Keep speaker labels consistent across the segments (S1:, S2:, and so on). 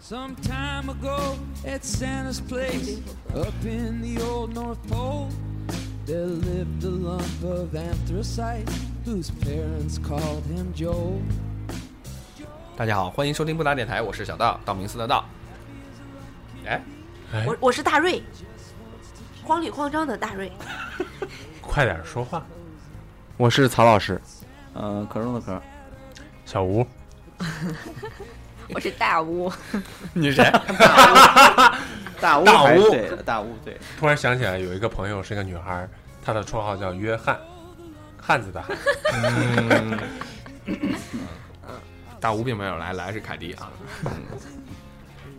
S1: Some time ago at Santa's place, up in the old North Pole, there lived a lump of anthracite whose parents called him Joel.
S2: 大家好，欢迎收听布达电台，我是小道，道明寺的道。哎，
S3: 我我是大瑞，慌里慌张的大瑞。
S4: 快点说话，
S5: 我是曹老师，
S6: 呃，壳中的壳，
S4: 小吴，
S3: 我是大屋，
S2: 你 是谁？
S6: 大屋
S4: 大
S6: 还
S4: 屋
S6: 是对的，大屋对，
S4: 突然想起来有一个朋友是个女孩，她的绰号叫约翰，汉子的汉。
S2: 大吴并没有来，来是凯迪啊。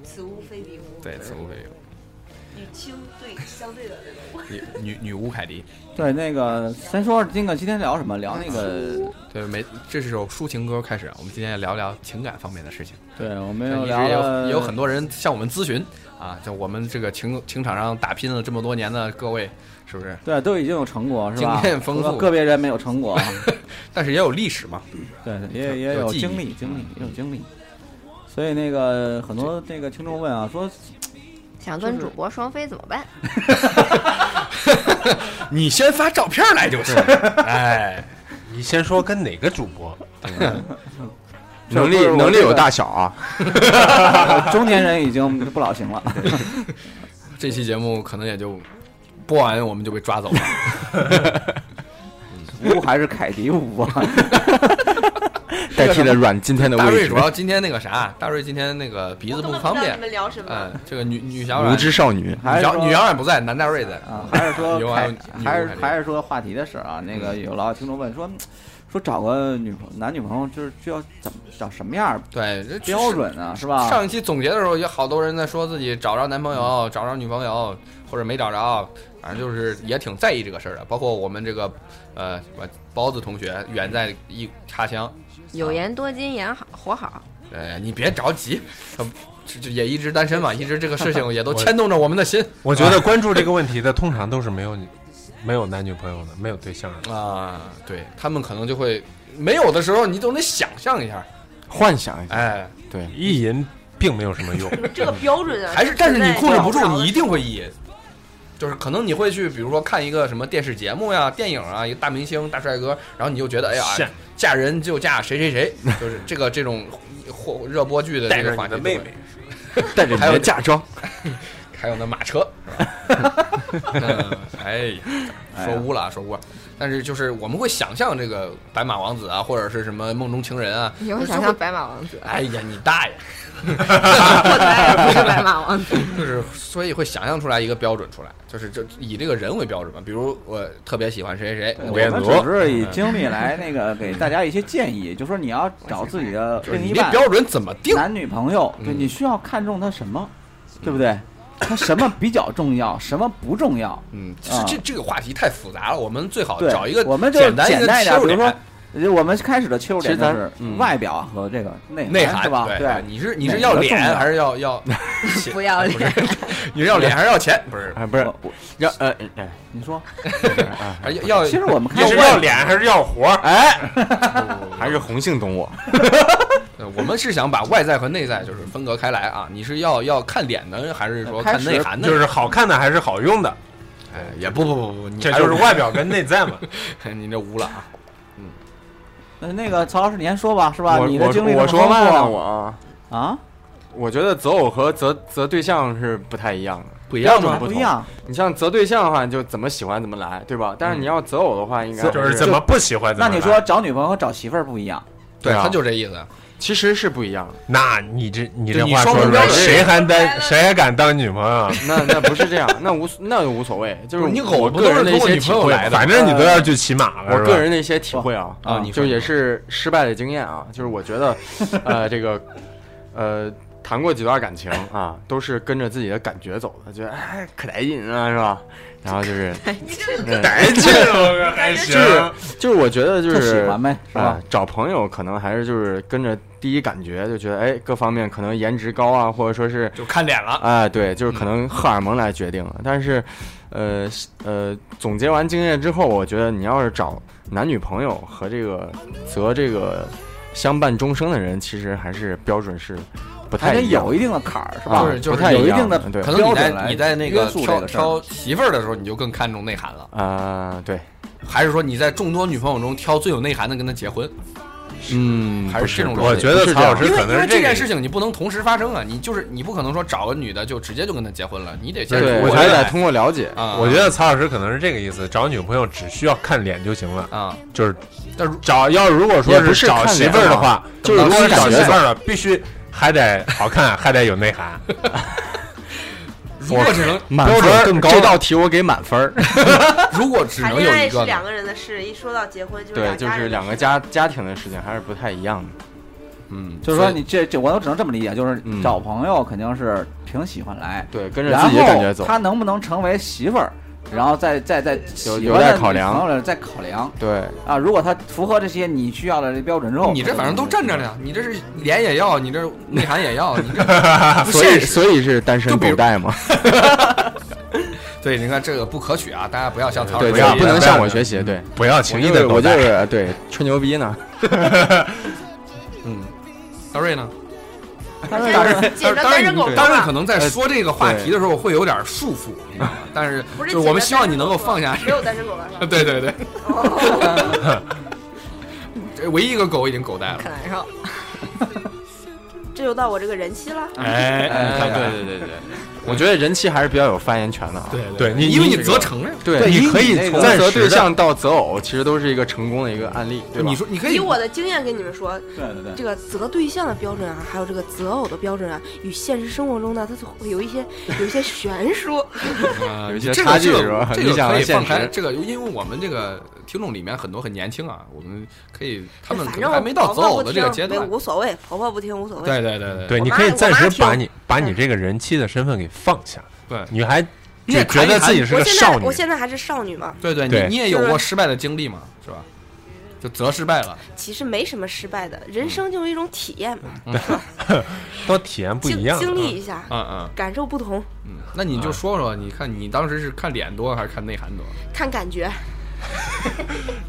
S3: 此屋非彼屋，
S2: 对，此吴非有
S3: 与清对相对的人物。
S2: 女女女巫凯迪。
S6: 对那个先说那个今天聊什么？聊那 个，
S2: 对，没，这是首抒情歌开始，我们今天聊聊情感方面的事情。
S6: 对我们
S2: 一
S6: 又
S2: 直
S6: 聊
S2: 也有
S6: 了
S2: 也有很多人向我们咨询啊，就我们这个情情场上打拼了这么多年的各位，是不是？
S6: 对都已经有成果是吧？
S2: 经验丰富
S6: 除了个别人没有 成果，
S2: 但是也有历史嘛。
S6: 对，也也有
S2: 有记忆嗯
S6: 经历，经历也有经历。所以那个很多那个听众问啊， 说
S7: 想跟主播双飞怎么办？
S2: 你先发照片来就是。哎，
S4: 你先说跟哪个主播？
S5: 能力
S6: 这不是我
S5: 能力
S6: 这
S5: 有
S6: 个
S5: 大小 啊，
S6: 呃中年人已经不 老行了，
S2: 这期节目可能也就播完我们就被抓走了。
S6: 屋还是凯迪屋啊？
S5: 代替了阮今天的
S2: 大瑞
S5: 位置
S2: 主，要今天那个啥，大瑞今天那个鼻子不方便
S3: 你。们聊什么？
S2: 嗯，这个女女小
S5: 无
S2: 冉，
S5: 知少女，
S6: 还
S2: 女
S6: 是
S2: 小
S6: 说
S2: 女小冉不在，男大瑞在。
S6: 啊，还是 说
S2: 有啊
S6: 凯
S2: 有
S6: 还
S2: 有
S6: 是
S2: 凯迪
S6: 还是说话题的事儿啊？那
S2: 嗯
S6: 个有老听众问说，说找个女朋男女朋友就是就要怎么找什么样儿
S2: 对，这
S6: 标准啊，是吧？
S2: 上一期总结的时候，有好多人在说自己找着男朋友、找着女朋友，或者没找着，反正就是也挺在意这个事儿的。包括我们这个呃什么包子同学，远在异他乡，
S7: 有颜多金，演好活好。
S2: 呃，你别着急，呃这这也一直单身 嘛，一直这个事情也都牵动着我们的心
S4: 我觉得关注这个问题的通常都是没有没有男女朋友的，没有对象的。
S2: 啊。对他们可能就会没有的时候，你总得想象一下，
S5: 幻想 一下，
S2: 哎，
S5: 对，
S4: 意淫并没有什么用。
S3: 这个标准啊，
S2: 还是但是你控制不住，
S3: 存在
S2: 你一定会意淫。就是可能你会去，比如说看一个什么电视节目呀、电影啊，一个大明星、大帅哥，然后你就觉得，哎呀，
S4: 现
S2: 嫁人就嫁谁谁谁，就是这个这种火热播剧的
S4: 带
S2: 这
S4: 着
S2: 个话
S4: 你
S2: 题
S4: 的
S2: 就
S4: 妹
S2: 会
S4: 妹，
S5: 带着你
S2: 还有
S5: 的嫁妆，
S2: 还有那马车，是吧？ 嗯哎呀，
S6: 哎呀
S2: 说污了啊，说污了。但是就是我们会想象这个白马王子啊，或者是什么梦中情人啊，？
S7: 你会想象白马王子
S2: 哎呀，你大爷！
S7: 我的爱人不是白马王 子。
S2: 就是所以会想象出来一个标准出来，就是这以这个人为标准嘛。比如我特别喜欢谁谁谁，
S6: 我
S2: 我也
S6: 们只是以经历来那个给大家一些建议，就说你要找自己的
S2: 就是
S6: 另
S2: 你
S6: 一
S2: 这
S6: 半、
S2: 标准怎么定？
S6: 男女朋友，对
S2: 嗯
S6: 你需要看重他什么，对不对？他什么比较重要，什么不重要？
S2: 嗯，
S6: 啊
S2: 这这这个话题太复杂了，我们最好
S6: 对，
S2: 找一个
S6: 我们就
S2: 简单一
S6: 简
S2: 个
S6: 单一
S2: 切
S6: 点，
S2: 入
S6: 比如说
S2: 点。，
S6: 呃我们开始的切入点
S5: 其
S6: 就
S5: 实咱
S6: 是
S5: 嗯
S6: 外表和这个内
S2: 内
S6: 涵，
S2: 涵
S6: 是吧？
S2: 对，你是你
S6: 哪
S2: 是
S6: 个
S2: 要
S6: 重
S2: 脸
S6: 要
S2: 还是要 要 钱
S7: 不要
S2: 不是你是要脸还是要钱？不是，
S5: 哎，不是
S6: 我，我
S5: 让呃，哎
S6: 你说，
S2: 还呃是要
S6: 其实我们开
S4: 你
S6: 始
S4: 是要脸还是要活？
S5: 哎，还
S2: 还
S5: 是红杏懂我，
S2: 呃我们是想把外在和内在就是分隔开来啊。你是要要看脸呢，还是说
S6: 开
S2: 看
S6: 始
S2: 内涵呢？
S4: 就是好看的还是好用的，
S2: 哎，也不不不不，你
S4: 这
S2: 还
S4: 就是外表跟内在嘛。
S2: 你这污了啊！
S6: 呃那个曹老师，你先说吧，是吧？
S5: 我
S6: 你的
S5: 我
S6: 经历
S5: 我
S6: 很
S5: 说
S6: 丰
S5: 慢了，
S6: 富
S5: 我啊，
S6: 啊，
S5: 我觉得择偶和择择对象是不太一样的。
S2: 不一
S5: 样
S2: 吗
S5: 吗？
S6: 不一样，
S5: 你像择对象的话，就怎么喜欢怎么来，对吧？但
S6: 嗯
S5: 是你要择偶的话，应该
S4: 就
S5: 还
S4: 是怎么不喜欢怎
S6: 那
S4: 么
S6: 你
S4: 来
S6: 说，找女朋友和找媳妇儿不一样，
S2: 对
S5: 对啊
S2: 他就这意思。
S5: 其实是不一样的。
S4: 那你这你这
S2: 就你
S4: 话
S2: 双
S4: 说
S2: 重
S4: 出
S2: 标
S4: 来，
S2: 准
S4: 谁还当谁还敢当女朋友 啊？
S5: 那那不是这样，那无那无所谓，就是
S2: 你
S5: 我
S2: 狗不
S5: 个
S2: 都是
S5: 人的
S2: 通
S5: 一
S2: 过
S5: 些
S2: 女
S5: 体
S2: 朋友
S5: 会
S2: 来的吗？
S4: 反正你都要去骑马了，
S5: 我
S4: 是吧
S5: 个人的一些体会啊，
S2: 啊你说
S5: 就也是失败的经验啊，就是我觉得，呃，这个，呃，谈过几段感情啊，都是跟着自己的感觉走的，觉得哎可带劲啊，是吧？然后就是，嗯
S4: 来劲，我还行
S5: 就。是就是我觉得就
S6: 就是喜欢呗，是吧
S5: 啊？，找朋友可能还是就是跟着第一感觉，就觉得哎，各方面可能颜值高啊，或者说是
S2: 就看脸
S4: 啊
S2: 了。
S5: 哎，对，就是可能荷尔蒙来决定了。但是，呃是呃，总结完经验之后，我觉得你要是找男女朋友和这个择这个相伴终生的人，其实还是标准是不
S6: 还
S5: 太
S6: 得
S5: 一样
S6: 有一定的坎儿，是吧？
S5: 啊
S2: 就是就是
S5: 不太
S6: 有一
S5: 样
S6: 定的
S5: 对
S2: 可能你
S6: 标
S2: 在
S6: 准来
S2: 你在那个
S6: 约束
S2: 挑
S6: 这个事儿
S2: 挑媳妇儿的时候，你就更看重内涵了，
S5: 啊，对，
S2: 还是说你在众多女朋友中挑最有内涵的跟她结婚？
S5: 嗯，
S2: 还
S5: 不
S2: 是这种
S5: 不
S2: 逻
S4: 我
S2: 辑
S4: 觉
S5: 不
S4: 得
S5: 是
S4: 曹
S5: 这样
S4: 老师
S2: 因为
S4: 可
S2: 因
S4: 能
S2: 为
S4: 是
S2: 这
S4: 个
S2: 件事情你不能同时发生啊，你就是你不可能说找个女的就直接就跟她结婚了，你得先
S5: 对，
S2: 通
S5: 我
S2: 过
S5: 觉得
S2: 恋
S5: 得
S2: 爱
S5: 通过了解，
S2: 啊，
S4: 我觉得曹老师可能是这个意思，找女朋友只需要看脸就行了，
S2: 啊，
S4: 就是
S2: 但如
S4: 找要如果说
S5: 也不是
S4: 找
S5: 看
S4: 媳
S5: 脸
S4: 妇儿的
S5: 啊
S4: 话，
S5: 就是
S4: 如果是
S5: 凭
S4: 找
S5: 感
S4: 媳
S5: 觉
S4: 妇儿了，必须还得好看，还得有内 涵。
S2: 如果只能
S5: 满
S4: 标准
S5: 分
S4: 更高
S5: 这道题我给满分儿，
S2: 如果只
S7: 谈
S2: 能
S7: 恋
S2: 有
S7: 爱
S2: 一
S7: 是
S2: 个
S7: 两
S2: 呢，
S7: 个人的事，一说到结婚就是
S5: 对，
S7: 两
S5: 就
S7: 家人
S5: 是
S7: 的
S5: 两个
S7: 事
S5: 家家庭的事情还是不太一样的，
S2: 嗯，
S6: 就是说
S2: 所以
S6: 你这这，我都只能这么理解，就是
S5: 嗯
S6: 找朋友肯定是挺喜欢来，
S5: 对，跟着
S6: 然
S5: 自己的感
S6: 后
S5: 觉走，
S6: 他能不能成为媳妇儿，然后再再再
S5: 有
S6: 喜
S5: 有
S6: 欢
S5: 待
S6: 的
S5: 考
S6: 女
S5: 量
S6: 朋友再考量
S5: 对，
S6: 啊。如果他符合这些你需要的这标准之后，
S2: 你这反正都
S6: 可能
S2: 站 着了呀，你这是脸也要，你这内涵也要，你这不
S5: 所以
S2: 现实。
S5: 所以是单身
S2: 就比如
S5: 狗带嘛，
S2: 对，你看这个不可取啊，大家不要向曹老
S5: 对，
S2: 师
S5: 就
S4: 不要
S5: 是不
S4: 不
S5: 能
S4: 要
S5: 向
S2: 啊
S4: 不
S5: 我
S4: 要
S5: 学习，对，
S4: 不要
S5: 我
S4: 轻易
S5: 就是
S4: 的
S5: 我就是对吹牛逼呢，嗯，
S2: 大瑞呢？
S7: 儿。当然，进入
S2: 当
S7: 单
S2: 然
S7: 身狗
S2: 你，当然可能在说这个话
S5: 对
S2: 题的时候会有点束 缚，你知道吗？但是
S7: 不
S2: 就是是我们希望你能够放下
S7: 没有单身狗了，是吧
S2: 对对对，这唯一一个狗已经狗带了
S7: 可。难受。这就到我这个人期了，
S2: 哎
S5: 哎，对对对对，我觉得人气还是比较有发言权的啊，
S2: 对
S4: 对你
S2: 因为
S4: 你
S2: 你责成呀。
S5: 对
S6: 对
S5: 你
S6: 以
S5: 可以
S6: 你那个
S5: 从择
S4: 暂时
S5: 对
S4: 的
S5: 象到择偶，其实都是一个成功的一个案例，对吧？
S2: 你说你可以
S7: 以，我的经验跟你们说，
S6: 对对对。
S7: 这个择对象的标准啊，还有这个择偶的标准啊，与现实生活中呢，它是会有一些有一些悬殊。
S2: 呃
S5: 啊有一些
S2: 这个
S5: 差距
S2: 这个
S5: 是吧
S2: 这
S5: 理
S2: 个
S5: 想
S2: 可
S5: 和
S2: 以
S5: 现
S2: 放开，
S5: 实
S2: 这个因为我们这个听众里面很多很年轻啊，我们可以他们可能
S7: 反正
S2: 还没到择
S7: 婆婆
S2: 偶
S7: 不
S2: 的这个
S7: 听
S2: 阶
S7: 没
S2: 段
S7: 有。无所谓，婆婆不听无所谓。
S2: 对对对
S4: 对，
S7: 我
S4: 你
S7: 妈
S4: 可以
S7: 我
S4: 暂
S7: 妈
S4: 时
S7: 听
S4: 把你把你
S7: 嗯
S4: 这个人妻的身份给放下，
S2: 对
S4: 你还
S2: 你也
S4: 只觉
S2: 谈一
S4: 得
S2: 谈
S4: 自己是
S7: 我
S4: 个
S7: 现
S4: 少
S7: 在
S4: 女
S7: 我，现在还是少女嘛，
S2: 对对，
S4: 对
S2: 你你也有过失败的经历嘛，是吧？就择失败了，
S7: 其实没什么失败的，人生就是一种体验嘛，
S4: 都体验不
S7: 经
S4: 一样。
S7: 经历
S4: 嗯
S7: 一下，
S2: 嗯嗯
S7: 感受不同，
S2: 嗯，那你就说说，你看你当时是看脸多还是看内涵多？
S7: 看感觉。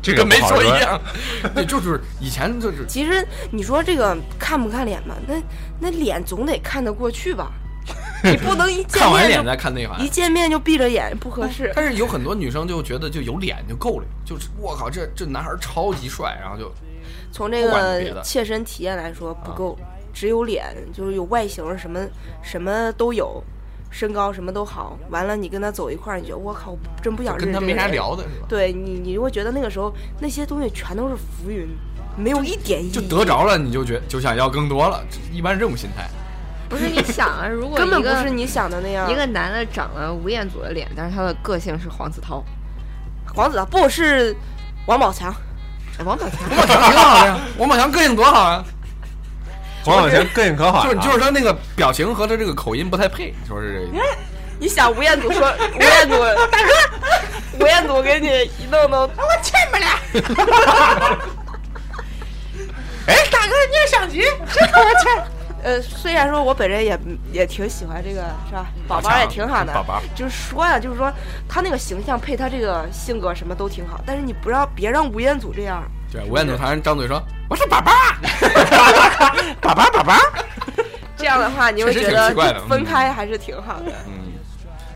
S4: 这个
S2: 跟没
S4: 不好
S2: 说一
S4: 说
S2: 样， 对，就是以前就是
S7: 其实你说这个看不看脸嘛，那那脸总得看得过 去吧，你不能一见
S2: 看完
S7: 面
S2: 脸
S7: 就
S2: 再看内涵
S7: 一。见面就闭着眼，不合 适。
S2: 但是有很多女生就觉得就有脸就够了，就是我靠，这这男孩超级帅，然后就
S7: 从这
S2: 不管别
S7: 个
S2: 的啊
S7: 切身体验来说不够，只有脸，就是有外形，什么什么都有，身高什么都好。完了，你跟他走一块儿，你觉得我靠，我真不想
S2: 就跟
S7: 认
S2: 他
S7: 识这
S2: 没
S7: 个
S2: 啥
S7: 人
S2: 聊的是吧？
S7: 啊对你，你会觉得那个时候那些东西全都是浮云，没有一点意义，
S2: 就得着了，你就觉就想要更多了，一般是这种心态。
S8: 不是你想 啊，如果
S7: 根本
S8: 一
S7: 不
S8: 个
S7: 是你想的那样。
S8: 一个男的长了吴彦祖的脸，但是他的个性是黄子韬，
S7: 黄子韬啊不是王宝强，
S8: 哎王宝强
S2: 王宝强挺好的呀，王宝强个性多好啊！
S4: 王宝强个性可好
S2: 就是
S4: 了啊
S2: 就是他那个表情和他这个口音不太配，你说是这个？
S7: 你想吴彦祖说吴彦祖大哥，吴彦祖给你一弄弄，我去你们俩！ 哎，大哥，你也上局，真他妈欠。 呃，虽然说我本人也也挺喜欢这个，是吧？宝嗯宝也挺好的，
S2: 宝宝
S7: 就是说呀、就是说他那个形象配他这个性格什么都挺好，但是你不让别让吴彦祖这样，
S2: 对，吴彦祖常张嘴说我是爸爸，
S4: 爸爸爸爸，
S7: 这样的嗯话你会
S2: 确
S7: 觉
S2: 实挺
S7: 得
S2: 奇怪的
S7: 就分开还是挺好的。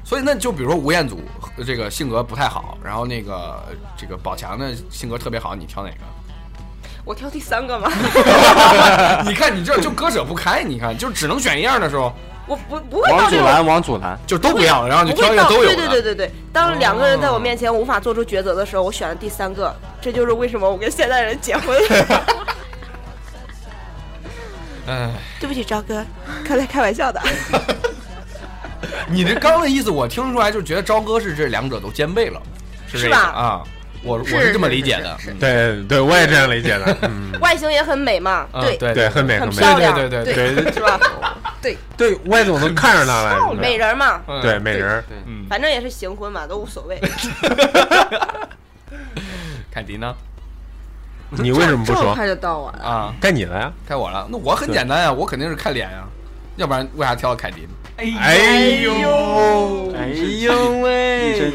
S2: 所以那就比如说吴彦祖呃这个性格不太好，然后那个呃这个宝强的性格特别好，你挑哪个？
S7: 我挑第三 个嘛，
S2: 你看你这就割舍不开，你看就只能选一样的时候，
S7: 我不不会
S5: 王
S7: 到
S5: 祖
S7: 这种
S5: 蓝，王祖蓝，
S2: 就都不要了，然后你
S7: 不
S2: 挑一
S7: 会
S2: 个
S7: 到
S2: 都有的。
S7: 对对对对对，当两个人在我面前无法做出抉择的时候，我选了第三个，这就是为什么我跟现代人 结 婚。
S2: 哎，
S7: 对不起，赵哥，刚才开玩笑的。
S2: 你这刚的意思我听出来就觉得朝哥是这两者都兼备了，是这
S7: 是
S2: 个
S7: 吧
S2: 啊？我我
S8: 是
S2: 这么
S8: 是
S2: 理
S8: 是
S2: 解
S8: 是
S2: 的，
S8: 是
S2: 嗯
S4: 对对，我也这样理解的。嗯，
S7: 外形也很美嘛，
S2: 嗯
S7: 对，
S2: 对
S4: 对，很美
S7: 很
S4: 美。
S7: 漂亮
S2: 对对对
S4: 对对
S7: 是吧？
S4: 对，我也总能看上他来
S7: 美
S4: 着。
S7: 人嘛，
S2: 嗯
S4: 对美人儿，
S2: 嗯，
S7: 反正也是行婚嘛，都无所谓。
S2: 凯迪呢？
S4: 你为什么不
S8: 这么
S4: 说？
S8: 快就到我了？
S2: 啊，
S4: 该你了呀！
S2: 该我了。那我很简单呀，我肯定是看脸呀，要不然为啥挑凯迪呢？
S4: 哎呦，
S5: 哎呦
S6: 一身
S5: 喂，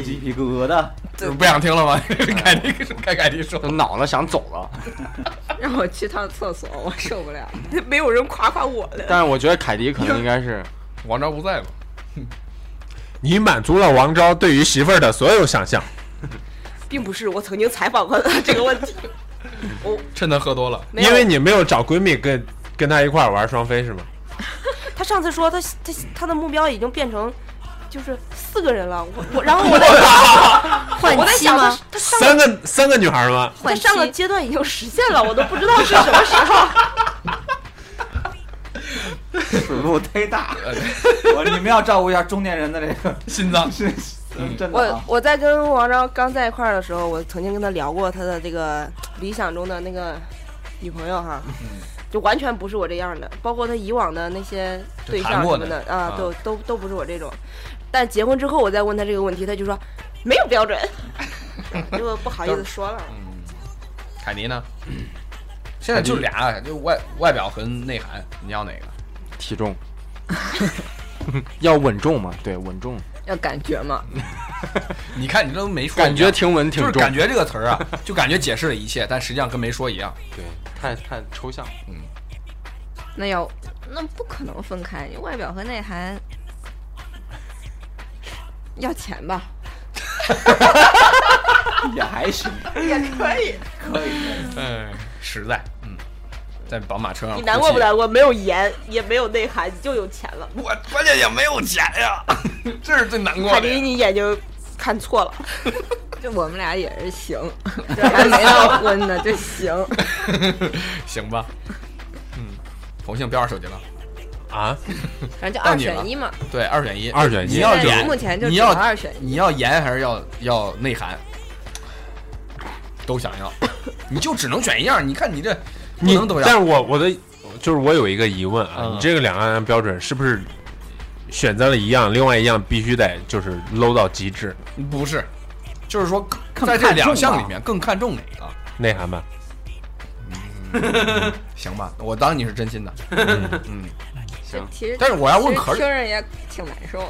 S6: 鸡皮疙瘩，
S2: 就是不想听了吗？ 凯蒂，该凯蒂说，
S5: 都恼了，想走了。
S8: 让我去趟厕所，我受不了。
S7: 没有人夸夸我了。
S5: 但是我觉得凯迪可能应该是，
S2: 王昭不在嘛，
S4: 你满足了王昭对于媳妇儿的所有想象。
S7: 并不是我曾经采访过的这个问题，
S2: 趁他喝多了，
S7: 没有
S4: 因为你没有找闺蜜跟跟她一块儿玩双飞是吗？
S7: 他上次说他他他的目标已经变成就是四个人了，我我然后我 在
S8: 换
S7: 我在
S8: 妻
S7: 想他
S8: 吗？
S7: 他上
S4: 三个三个女孩儿吗？
S7: 他
S8: 换妻
S7: 上个阶段已经实现了，我都不知道是什么时候。
S6: 水路忒大，我你们要照顾一下中年人的这个，
S2: 呃心脏
S6: 是真的
S7: 我
S6: 啊，
S7: 我在跟王昭刚在一块儿的时候，我曾经跟他聊过他的这个理想中的那个女朋友哈，
S2: 嗯
S7: 就完全不是我这样的，包括他以往的那些对
S2: 就谈
S7: 象
S2: 过
S7: 什
S2: 的
S7: 么的啊
S2: 啊，
S7: 都都都不是我这种。但结婚之后，我再问他这个问题，他就说没有 标准，就不好意思说
S2: 嗯
S7: 了。
S2: 凯迪呢？
S7: 嗯
S2: 现在就俩，就外外表和内涵，你要哪个？
S5: 体重，要稳重嘛，对，稳重，
S8: 要感觉嘛，
S2: 你看你这都没说，
S5: 感觉挺稳挺
S2: 就是
S5: 重，
S2: 感觉这个词儿啊， 就感觉解释了一切，但实际上跟没说一样。
S5: 对，太太抽象。
S8: 那要那不可能分开，外表和内涵要钱吧？
S6: 也还行，
S2: 嗯，实在，嗯，在宝马车上，
S7: 你难过不？难过？没有颜，也没有内涵，你就有钱了。
S2: 我关键也没有钱呀，这是最难过的
S7: 凯迪，
S2: 呀。
S7: 你眼睛看错了，
S8: 就我们俩也是行，还 没到婚呢就行。
S2: 行吧，嗯，同性标二手机了，
S4: 啊，
S8: 反正就
S2: 到
S8: 二
S2: 你了
S8: 选一嘛，
S2: 对，二选一，
S4: 二选一
S2: 你要
S8: 现在
S2: 颜，
S8: 目前就
S2: 你
S8: 只有
S2: 要
S8: 二选一
S2: 你要颜还是要要内涵？都想要，你就只能选一样。你看你这不
S4: 你
S2: 能都
S4: 但是
S2: 要，
S4: 我我的就是我有一个疑问啊，
S2: 嗯
S4: 你这个两个人标准是不是选择了一样，另外一样必须得就是 low 到极致
S2: 不是，就是说
S6: 更
S2: 在这
S6: 看重
S2: 两项
S6: 吧
S2: 里面更看重哪个？
S4: 内涵吧？
S2: 行吧，我当你是真心的，
S8: 就其实
S2: 但是我要问可
S8: 其实听着也挺难受的。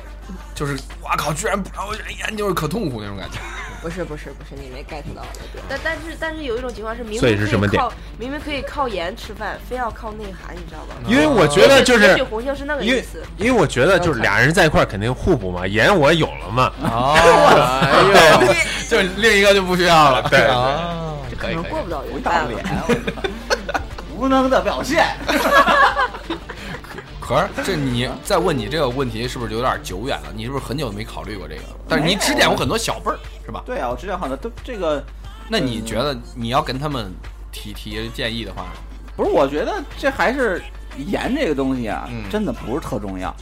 S2: 就是我靠，居然不让我选一眼，就是可痛苦那种感觉。
S8: 不是不是不是，你没 get 到我的点。
S7: 但但是但是有一种情况是，明明
S4: 所以
S7: 可
S4: 是什么点
S7: 靠明明可以靠颜吃饭，非要靠内涵，你知道吧？
S2: 嗯
S4: 因为我
S8: 哦
S4: 觉得就
S7: 也
S4: 是
S7: 许红杏是那个
S4: 因
S7: 意
S4: 为
S7: 思。
S4: 因为我觉得就是俩人在一块儿肯定互补嘛，颜我有了嘛，
S2: 哦，哎呦， 就另一个就不需要了。
S4: 对对
S2: 啊，可以
S7: 可能过
S2: 可
S7: 不了
S6: 我
S7: 原
S6: 一
S7: 版
S6: 大
S7: 了
S6: 脸，。我操无能的表现，
S2: 以。可是这你再问你这个问题是不是有点久远了？你是不是很久没考虑过这个？但是你指点过很多小辈儿是吧？
S6: 对啊，我之前好像都这个
S2: 那你觉
S6: 嗯
S2: 得你要跟他们提提建议的话，
S6: 不是，我觉得这还是盐这个东西啊，
S2: 嗯
S6: 真的不是特重要，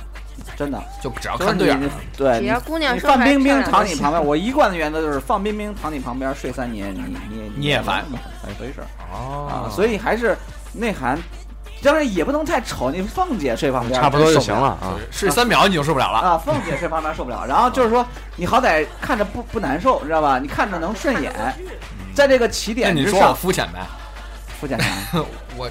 S6: 真的。
S2: 就只要
S6: 就是
S2: 看对眼
S6: 你
S2: 儿，
S6: 对，
S8: 只要姑娘
S6: 你
S8: 说出
S6: 范
S8: 来
S6: 冰冰
S8: 漂亮
S6: 躺
S8: 就
S6: 你
S8: 行
S6: 旁边，我一贯的原则就是放冰冰躺你旁边睡三年，你你
S2: 你也烦
S6: 怎么回事儿
S2: 哦
S6: 啊？所以还是内涵，当然也不能太丑，你凤姐睡旁边
S5: 差不多就行了
S6: 了。
S5: 啊。
S2: 睡三秒你就受不了了。
S6: 啊，凤姐睡旁边受不了，然后就是说，你好歹看着不不难受，知道吧？你看着能顺眼，在这个起
S2: 那
S6: 点
S2: 你
S6: 之
S2: 说我
S6: 上，
S2: 肤浅呗？
S6: 不简单。
S2: 我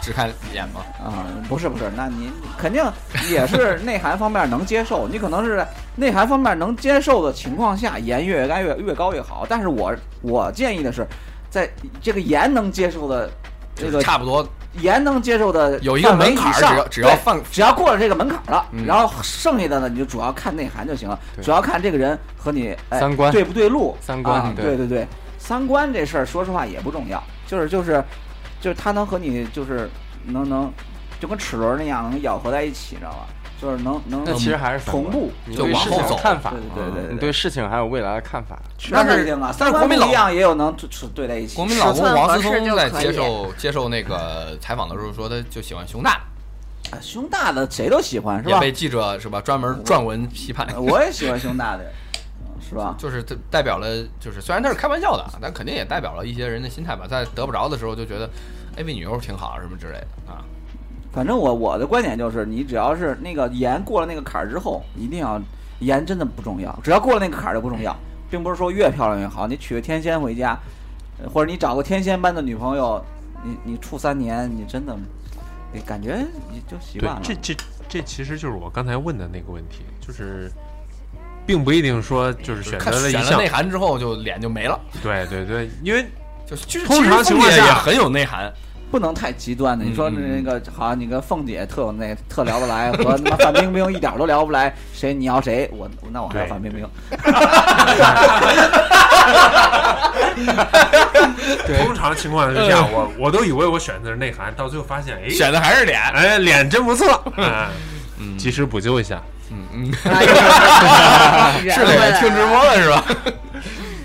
S2: 只看脸吗？
S6: 啊、不是不是，那你肯定也是内涵方面能接受，你可能是内涵方面能接受的情况下，盐越该越越高越好。但是我我建议的是，在这个盐能接受的这
S2: 就是
S6: 个
S2: 差不多
S6: 盐能接受的
S2: 有一个
S6: 范围
S2: 门槛儿
S6: 以上
S2: 只要只要
S6: 对
S2: 放
S6: 只要过了这个门槛儿了，
S2: 嗯
S6: 然后剩下的呢，你就主要看内涵就行了，
S5: 对
S6: 主要看这个人和你、哎、
S5: 三观
S6: 对不对路，
S5: 三观
S6: 啊、
S5: 对
S6: 对对对，三观这事儿说实话也不重要，就是就是就是他能和你就是能能就跟齿轮那样能咬合在一起，知道吧？就是能能
S5: 那其实还是三观
S6: 同步，
S5: 你
S2: 就
S5: 对
S2: 往
S5: 事
S2: 后
S5: 情的
S2: 走
S5: 看法，嗯
S6: 对对对对对
S5: 你对事情还有未来的看法，
S6: 那是一定啊，
S2: 但
S6: 三
S2: 是
S6: 观
S2: 国
S6: 不
S2: 民
S6: 一
S2: 老
S6: 样也有能处对在一起
S2: 国。民老公王思聪在接
S8: 尺寸合
S2: 受接受那个采访的时候说，他就喜欢胸大，
S6: 啊胸大的谁都喜欢是
S2: 也
S6: 吧？嗯
S2: 被记者是吧专门撰文批判，
S6: 我也喜欢胸大的，嗯是吧？
S2: 就是他代表了，就是虽然他是开玩笑的，啊但肯定也代表了一些人的心态吧，在得不着的时候就觉得 A B 女优挺好什么之类的啊，
S6: 反正我我的观点就是，你只要是那个盐过了那个坎儿之后，一定要盐真的不重要，只要过了那个坎儿就不重要，并不是说越漂亮越好。你娶个天仙回家，呃或者你找个天仙般的女朋友，你你处三年，你真的，你感觉你就习
S4: 对
S6: 惯了。，
S4: 这这这其实就是我刚才问的那个问题，就是并不一定说就是选择
S2: 看
S4: 了一
S2: 选了
S4: 项
S2: 内，涵之后就脸就没了，
S4: 对对对，因为
S2: 就是其实
S4: 通常
S2: 其实
S4: 情况
S2: 凤姐
S4: 下
S2: 也很有内涵，
S6: 不能太极端的。你说
S2: 嗯
S6: 那个好像你跟凤姐特有那特聊得来，和他妈范冰冰一点都聊不来，谁你要谁我那我还要
S4: 对
S6: 范冰冰。
S4: 通常情况之下，我我都以为我选的是内涵，到最后发现，哎，
S2: 嗯选嗯的还是脸。
S4: 哎，脸真不错，啊，及时补救一下。哎
S2: 是得听直播了是吧？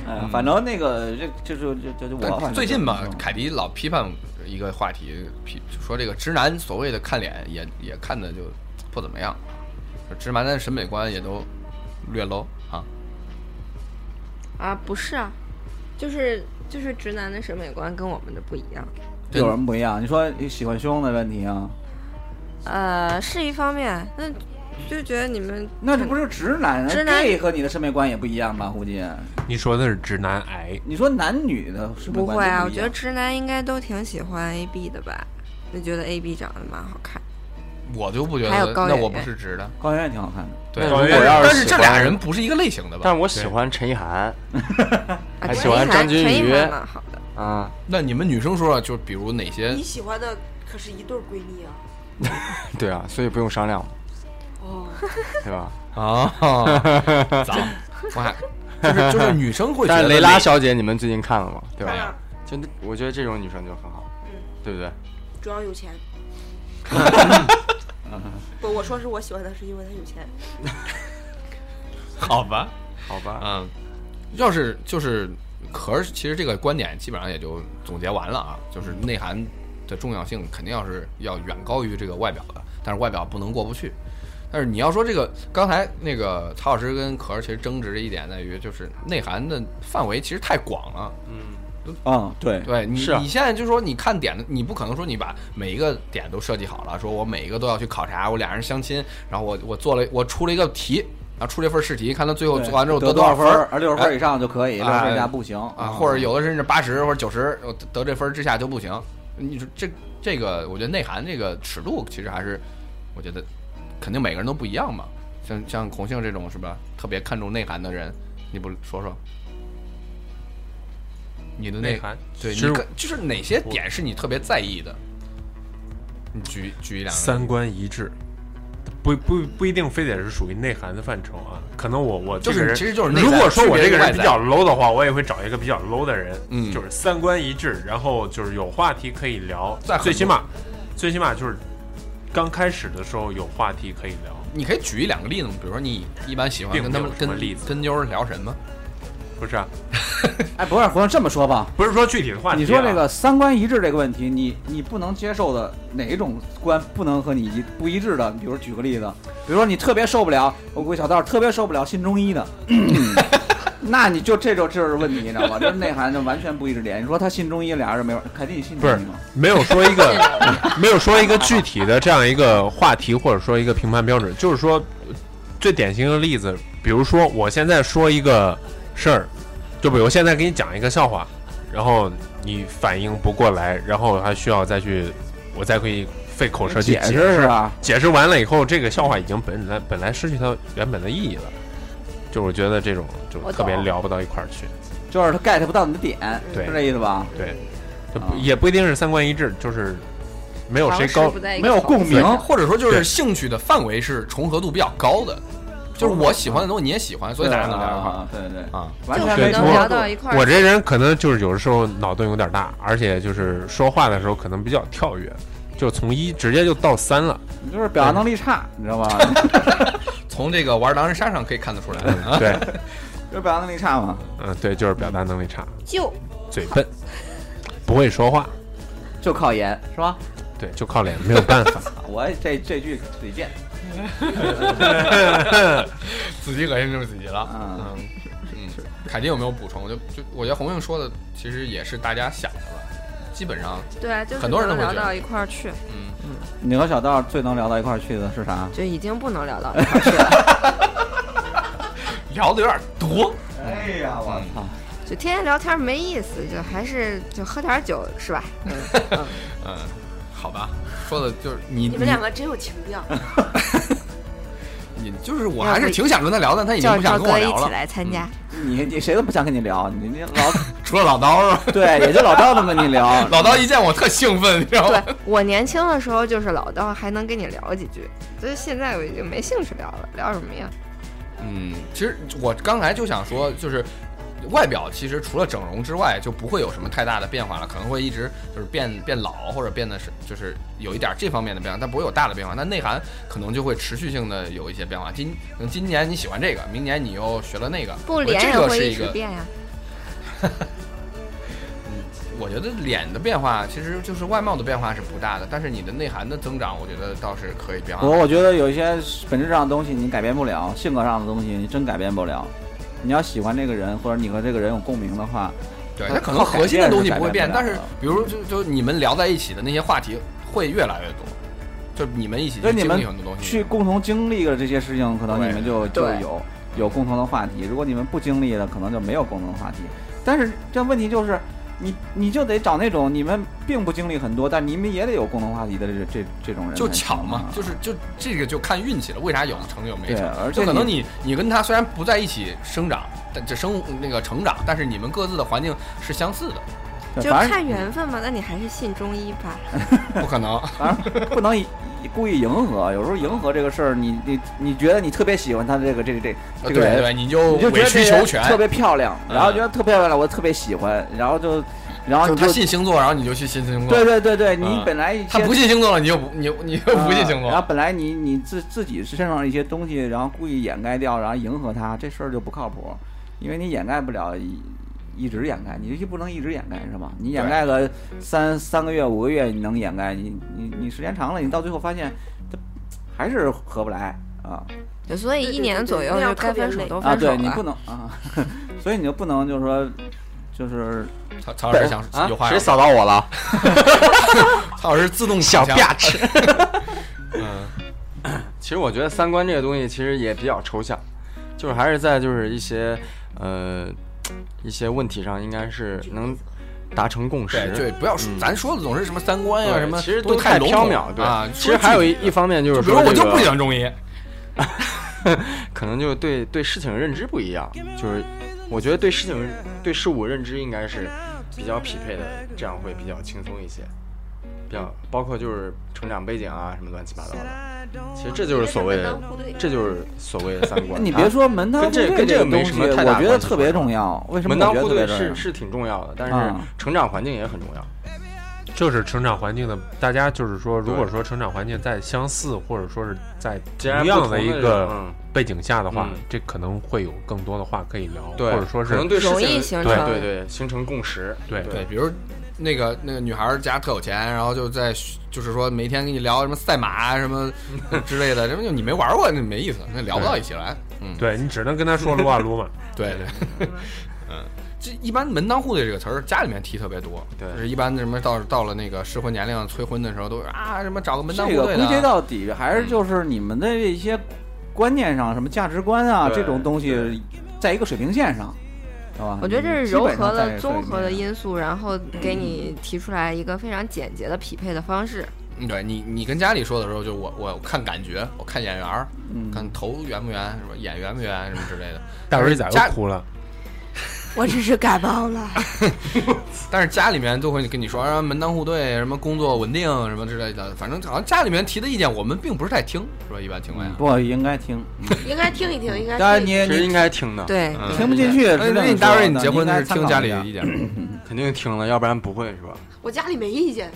S6: 嗯，反正那个这就就就就我反正
S2: 最近嘛
S6: 就，
S2: 凯迪老批判一个话题，批就说这个直男所谓的看脸也也看的就不怎么样，就直男的审美观也都略 low 啊。
S8: 啊，不是啊，就是就是直男的审美观跟我们的不一样。
S2: 对
S6: 嗯有什么不一样？你说喜欢胸的问题啊？
S8: 呃，是一方面，那就觉得你们
S6: 那这不是直男啊
S8: 嗯直男
S6: gay 和你的审美观也不一样吧？估计
S4: 你说的是哎直男癌，
S6: 你说男女的审美
S8: 不
S6: 观
S8: 会啊，
S6: 都
S8: 我
S6: 一
S8: 觉
S6: 样
S8: 得直男应该都挺喜欢 A B 的吧？就觉得 A B 长得蛮好看，
S2: 我就不觉
S8: 还有
S2: 得，
S8: 高
S2: 那
S8: 圆
S2: 我不
S8: 圆
S2: 是直的，
S6: 高圆圆挺好看的。
S2: 对。
S5: 那如果
S4: 高圆圆
S5: 要是
S2: 但是
S5: 喜
S2: 这
S5: 欢
S2: 俩人不是一个类型的吧？
S5: 但我喜欢陈意 涵
S8: 啊
S5: 还
S8: 陈
S5: 喜欢
S8: 意涵
S5: 张钧
S8: 陈意
S5: 甯
S8: 涵蛮好的，
S5: 啊，
S2: 那你们女生说，就比如哪些
S7: 你喜欢的可是一对儿闺蜜啊。
S5: 对啊，所以不用商量，
S7: 哦，
S5: 对吧？哦
S2: 啊？咋？我还 就是就是女生会觉
S5: 但
S2: 得
S5: 是蕾拉
S2: 哪
S5: 小姐，你们最近看了吗？对
S7: 看
S5: 吧
S7: 了？
S5: 就那，我觉得这种女生就很好，
S8: 嗯
S5: 对不对？
S7: 主要 有钱。不，我说是我喜欢他，是因为他有钱。
S2: 好吧？
S5: 好吧，
S2: 嗯，要是就是，可是其实这个观点基本上也就总结完了啊，就是内涵的重要性肯定要是要远高于这个外表的，但是外表不能过不去。但是你要说这个，刚才那个曹老师跟可儿其实争执的一点在于，就是内涵的范围其实太广了。
S6: 嗯，对，
S2: 对你，
S5: 是啊
S2: 你现在就说你看点的，你不可能说你把每一个点都设计好了，说我每一个都要去考察，我俩人相亲，然后我我做了我出了一个题，然后出了一份试题，看他最后
S6: 对
S2: 做完之后
S6: 得
S2: 得
S6: 多
S2: 少
S6: 分
S2: 儿
S6: 儿，啊而六十分儿以上就可以，
S2: 哎
S6: 六十分以下不行
S2: 啊，或者有的甚至八十或者九十，我得这分儿之下就不行。你说这这个，我觉得内涵这个尺度其实还是，我觉得肯定每个人都不一样嘛。像像孔庆这种是吧，特别看重内涵的人，你不说说你的
S4: 内涵
S2: 对，
S4: 其
S2: 你
S4: 实
S2: 看就是哪些点是你特别在意的？你举举一两个
S4: 三观一致，不不不一定非得是属于内涵的范畴啊。可能我我这
S2: 就是
S4: 个人，
S2: 其实就是内在
S4: 如果说我这个
S2: 区别
S4: 人
S2: 是
S4: 比
S2: 外在
S4: 较 low 的话，我也会找一个比较 low 的人，
S2: 嗯
S4: 就是三观一致，然后就是有话题可以聊
S2: 在，很
S4: 最起码最起码就是刚开始的时候有话题可以聊。
S2: 你可以举一两个例子吗？比如说你一般喜欢
S4: 并
S2: 跟他们
S4: 没有什
S2: 跟
S4: 么例子
S2: 跟妞儿聊什么？
S4: 不是啊，
S6: 哎，不是，胡总这么说吧，
S4: 不是说具体的话题、啊，
S6: 你说这个三观一致这个问题，你你不能接受的哪一种观不能和你一不一致的？比如举个例子，比如说你特别受不了，我估计小道儿特别受不了信中医的，那你就这就这就是问题，你知道吗？这内涵就完全不一致点。你说他信中医，俩人没有，凯蒂你信
S4: 不
S6: 中
S4: 是
S6: 医吗？
S4: 没有说一 个没有说一个具体的这样一个话题，或者说一个评判标准，就是说呃最典型的例子，比如说我现在说一个事儿，就比如现在给你讲一个笑话，然后你反应不过来，然后还需要再去我再可以费口舌去
S6: 解
S4: 解
S6: 释是吧？
S4: 解释完了以后，这个笑话已经本来本来失去它原本的意义了。就我觉得这种就
S8: 我
S4: 特别
S8: 懂
S4: 聊不到一块儿去，
S6: 就是他 get 不到你的点，
S4: 对
S6: 是这意思吧？
S4: 对，就
S6: 啊
S4: 不也不一定是三观一致，就是没有
S8: 好
S4: 谁
S8: 像是
S4: 高
S8: 不在一
S6: 没
S8: 个
S6: 有
S8: 层
S6: 共
S8: 次
S6: 鸣，
S8: 上
S2: 或者说就是
S4: 对
S2: 兴趣的范围是重合度比较高的，就是我喜欢的东西你也喜欢，所以大家能聊一块儿
S6: 啊，对对对，
S2: 啊。
S6: 完
S8: 就
S6: 全
S8: 是
S6: 没
S4: 对
S8: 能
S4: 我
S8: 聊到一块儿。
S4: 我这人可能就是有的时候脑洞有点大，而且就是说话的时候可能比较跳跃，就从一直接就到三 了。
S6: 你就是表达能力差，你知道吧？
S2: 从这个玩狼人杀上可以看得出来啊。
S4: 嗯对，
S6: 就是表达能力差嘛，
S4: 嗯，对，就是表达能力差，
S8: 就
S4: 嘴笨，不会说话，
S6: 就靠颜是吧？
S4: 对，就靠脸，没有办 法。
S6: 我这这句嘴贱，
S2: 自己恶心就是自己了。
S6: 嗯
S2: 嗯嗯，凯迪有没有补充？就就我觉得洪映说的其实也是大家想的吧，基本上
S8: 对啊，就是
S2: 很多人都
S8: 能
S2: 会
S8: 聊
S2: 这样
S8: 到一块儿去，
S2: 嗯，
S6: 你和小道最能聊到一块儿去的是啥？
S8: 就已经不能聊到一块儿，
S2: 聊的有点多。
S6: 哎呀，我操！
S8: 就天天聊天没意思，就还是就喝点儿酒是吧？
S2: 嗯，好吧，说的就是你
S7: 你们两个真有情调。
S2: 你你就是我还是挺想跟他聊的，他已经不想跟我聊了。
S8: 来参加。
S6: 嗯你你谁都不想跟你聊，你你老
S2: 除了老刀 是吧？
S6: 对，也就老赵能跟你聊。
S2: 老刀一见我特兴奋，你知道吗？
S8: 对我年轻的时候就是老道，还能跟你聊几句，所以现在我已经没兴趣聊了，聊什么呀？
S2: 嗯，其实我刚才就想说，就是外表其实除了整容之外，就不会有什么太大的变化了，可能会一直就是变变老，或者变得是就是有一点这方面的变化，但不会有大的变化。但内涵可能就会持续性的有一些变化。今可能今年你喜欢这个，明年你又学了那个，
S8: 不，
S2: 我觉得
S8: 脸
S2: 这
S8: 也
S2: 个
S8: 会
S2: 是
S8: 一
S2: 一
S8: 直
S2: 个。
S8: 变呀、
S2: 我觉得脸的变化其实就是外貌的变化是不大的，但是你的内涵的增长，我觉得倒是可以变化
S6: 我。我觉得有一些本质上的东西你改变不了，性格上的东西你真改变不了。你要喜欢这个人，或者你和这个人有共鸣的话，
S2: 对，
S6: 它
S2: 它可能
S6: 靠改
S2: 核心的
S6: 变
S2: 东
S6: 是
S2: 西
S6: 改
S2: 不会变，
S6: 变不
S2: 但
S6: 了
S2: 是
S6: 的
S2: 比如就就你们聊在一起的那些话题会越来越多，就你们一起
S6: 对
S2: 去
S6: 你
S2: 经
S6: 们
S2: 历很多东西。
S6: 去共同经历了这些事情，可能
S2: 对
S6: 你们就就
S8: 对
S6: 有有共同的话题。如果你们不经历了，可能就没有共同的话题。但是这问题就是，你你就得找那种你们并不经历很多，但你们也得有共同话题的这这这种人才
S2: 就
S6: 行啊。
S2: 巧嘛，就是就这个就看运气了，为啥有成就没
S6: 对
S2: 成？，
S6: 而且
S2: 就可能你你跟他虽然不在一起生长，但这生那个成长，但是你们各自的环境是相似的，
S6: 对
S8: 就
S6: 反正
S8: 看缘分嘛。那你还是信中医吧。
S2: 不可 能。呃
S6: 不能以以故意迎合，有时候迎合这个事儿，你你你觉得你特别喜欢他这个这个这个这个
S2: 啊对
S6: 人，
S2: 对，你就
S6: 你就觉
S2: 委
S6: 得
S2: 曲
S6: 这
S2: 求
S6: 人
S2: 全，
S6: 特别漂亮，
S2: 嗯
S6: 然后觉得特别漂亮，我特别喜欢，然后就然后
S2: 就
S6: 你
S2: 是他
S6: 就
S2: 信星座，然后你就去信星座。
S6: 对对对对，你
S2: 嗯
S6: 本来一
S2: 他
S6: 些
S2: 不信星座了，你就不你就你 就不信星
S6: 啊然
S2: 座
S6: 后。本来你你自自己身上一些东西，然后故意掩盖掉，然后迎合他，这事儿就不靠谱，因为你掩盖不了一一直掩盖，你就不能一直掩盖是吧？你掩盖个三三个月五个月，你能掩盖？你你你时间长了，你到最后发现，这还是合不来啊
S8: 所以一年左右
S7: 对对对
S8: 就该分手都
S6: 啊！
S8: 分手
S6: 对
S8: 了。
S6: 你不能啊， 所以你就不能就是说就是
S2: 曹曹老师想
S5: 啊
S2: 有话
S5: 谁
S2: 要说，
S5: 扫到我了？
S2: 曹老师自动
S5: 小
S2: 抢
S5: 吧唧。
S2: 嗯，
S5: 其实我觉得三观这个东西其实也比较抽象，就是还是在就是一些呃一些问题上，应该是能达成共识
S2: 对。对，不要说
S5: 嗯
S2: 咱说的总是什么三观呀
S5: 对
S2: 什么，
S5: 其实
S2: 都
S5: 都
S2: 太
S5: 太
S2: 笼
S5: 缥
S2: 统
S5: 缈。对，
S2: 啊。
S5: 其实还有一
S2: 说
S5: 一方面就是
S2: 具体，比
S5: 说
S2: 如
S5: 这
S2: 我
S5: 个，
S2: 就不喜欢中医，
S5: 可能就是对对事情认知不一样，就是我觉得对事情对事物认知应该是比较匹配的，这样会比较轻松一些。比较包括就是成长背景啊什么乱七八糟的，其实这就是所谓的，这就是所谓的三
S6: 哎
S5: 观。
S6: 你别
S5: 啊
S6: 说门当户
S5: 跟这
S6: 对
S5: 跟
S6: 这
S5: 这个
S6: 东
S5: 没
S6: 西，
S5: 什么太
S6: 我
S5: 大
S6: 觉得
S5: 关系
S6: 特别
S5: 吧
S6: 重要。为什么
S5: 门
S6: 我觉
S5: 当
S6: 得
S5: 户
S6: 特别
S5: 对
S6: 重
S5: 是
S6: 要？
S5: 是挺重要的，但是
S6: 啊
S5: 成长环境也很重要。
S4: 就是成长环境的，大家就是说，如果
S5: 对
S4: 说成长环境在相似或者说是在
S5: 既然
S4: 同
S5: 不
S4: 样
S5: 同的
S4: 一
S5: 人
S4: 个
S5: 嗯
S4: 背景下的话
S5: 嗯，
S4: 这可能会有更多的话可以聊，
S5: 对，
S4: 或者说
S5: 可
S4: 是
S5: 能对事
S8: 容易
S5: 情
S8: 形
S4: 对
S8: 成
S5: 对对形成共识。
S4: 对
S2: 对，比如那个那个女孩儿家特有钱，然后就在就是说每天跟你聊什么赛马啊什 么之类的，什么就你没玩过，那没意思，那聊不到一起来。嗯，
S4: 对你只能跟他说撸啊撸 嘛。
S2: 对对，嗯，这一般门当户对这个词儿，家里面提特别多，
S5: 对
S2: 就是一般什么到到了那个适婚年龄催婚的时候，都是啊什么找个门当户
S6: 这个
S2: 对
S6: 归结
S2: 的。啊嗯
S6: 到底还是就是你们的一些观念上，什么价值观啊
S5: 对
S6: 这种东西，在一个水平线上，是吧？
S8: 我觉得这是
S6: 基
S8: 柔
S6: 本上
S8: 合
S6: 在一
S8: 了
S6: 个
S8: 综合
S6: 水
S8: 的
S6: 平线
S8: 因素，然后给你提出来一个非常简洁的匹配的方式。
S2: 嗯对你，你跟家里说的时候，就我我看感觉，我看眼缘儿，
S6: 上，嗯
S2: 看头圆不圆，什么眼圆不圆，什么之类的。
S4: 大瑞咋
S2: 家
S4: 又哭了？
S3: 我只是感冒 了。
S2: 但是家里面都会跟你说啊，门当户对，什么工作稳定，什么之类的。反正好像家里面提的意见，我们并不是太听，是吧？一般情况
S6: 嗯，
S2: 下，
S6: 不应该听。嗯
S7: 应该听一听，应该
S6: 当然
S7: 听一
S6: 你
S7: 听
S5: 其实
S6: 你
S5: 应该听的，，
S8: 对，
S2: 嗯
S6: 听不进去，
S2: 哎
S6: 是这
S2: 那
S6: 么
S2: 你大
S6: 说
S2: 瑞，
S6: 的
S2: 你结婚
S6: 应该
S2: 是听
S6: 参考
S2: 家里
S6: 一下
S2: 的意见 吗？
S5: 肯定听了，要不然不会是吧？
S7: 我家里没意见，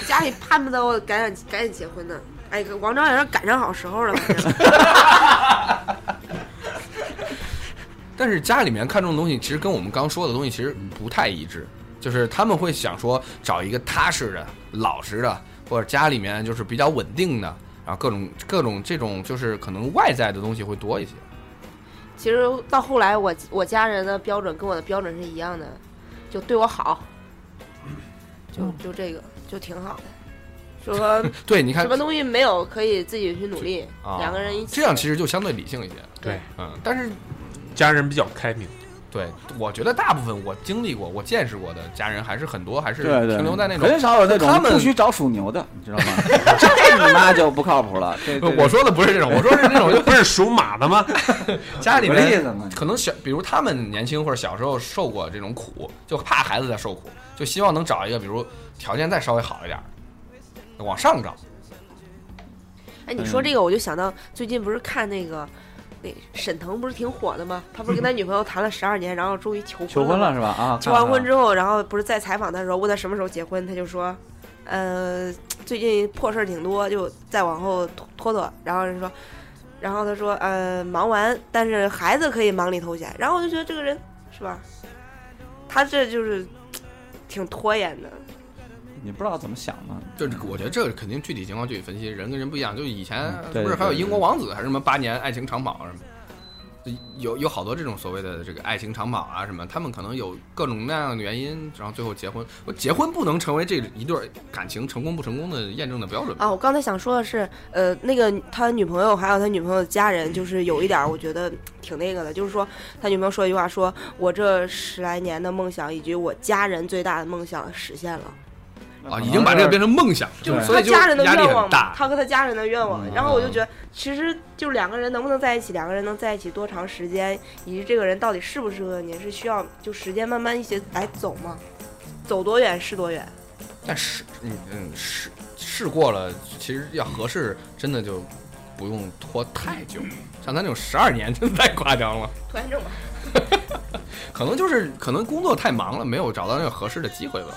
S7: 我家里盼不得我赶紧赶紧结婚呢。哎，王张也是赶上好时候了，反正
S2: 但是家里面看重的东西，其实跟我们刚说的东西其实不太一致，就是他们会想说找一个踏实的、老实的，或者家里面就是比较稳定的，然后各种各种这种就是可能外在的东西会多一些。
S7: 其实到后来我我家人的标准跟我的标准是一样的，就对我好，
S6: 嗯
S7: 就就这个就挺好的。 说
S2: 对，你看
S7: 什么东西没有可以自己去努力，
S2: 啊
S6: 哦
S7: 两个人一起
S2: 这样其实就相对理性一些。
S4: 对，
S2: 嗯，但是
S4: 家人比较开明，
S2: 对，我觉得大部分我经历过、我见识过的家人，还是很多还是
S6: 对对，
S2: 停留在那种
S6: 很少有那种
S2: 他们
S6: 不许找属牛的，你知道 吗？这你妈就不靠谱了。这这
S2: 我说的不是这种，我说是 那种就
S4: 不是属马的吗？
S2: 家里
S6: 有意
S2: 面
S6: 思吗？
S2: 可能小，比如他们年轻或者小时候受过这种苦，就怕孩子在受苦，就希望能找一个比如条件再稍微好一点儿，往上找。
S7: 哎，
S6: 嗯
S7: 你说这个我就想到最近不是看那个，那沈腾不是挺火的吗？他不是跟他女朋友谈了十二年，然后终于求婚
S6: 求婚
S7: 了吗。
S6: 了是吧？啊，
S7: 求完
S6: 看看
S7: 婚之后，然后不是在采访他的时候问他什么时候结婚，他就说，呃，最近破事儿挺多，就再往后拖拖拖。然后人说，然后他说，呃，忙完，但是孩子可以忙里偷闲。然后我就觉得这个人是吧，他这就是挺拖延的。
S6: 你不知道怎么想的，
S2: 就是我觉得这肯定具体情况具体分析，人跟人不一样。就以前
S6: 嗯对
S2: 不是还有
S6: 对对
S2: 英国王子还是什么八年爱情长跑什么，就有有好多这种所谓的这个爱情长跑啊什么，他们可能有各种那样的原因，然后最后结婚。我结婚不能成为这一对感情成功不成功的验证的标准吧。
S7: 啊，我刚才想说的是，呃，那个他女朋友还有他女朋友的家人，就是有一点儿我觉得挺那个的，就是说他女朋友说一句话说，我这十来年的梦想以及我家人最大的梦想实现了，
S2: 啊，已经把这个变成梦想，
S6: 对
S2: 就所
S7: 他
S2: 以就
S7: 家人的
S2: 压力
S7: 愿
S2: 很
S7: 望嘛，
S2: 大。
S7: 他和他家人的愿望。
S6: 嗯
S7: 然后我就觉得，其实就两个人能不能在一起，两个人能在一起多长时间，以及这个人到底适不适合你，是需要就时间慢慢一起来走嘛，走多远是多远。
S2: 但是，嗯嗯，试试过了，其实要合适，真的就不用拖太久。像咱这种十二年，真的太夸张了。
S7: 拖延症嘛，
S2: 可能就是可能工作太忙了，没有找到那个合适的机会吧。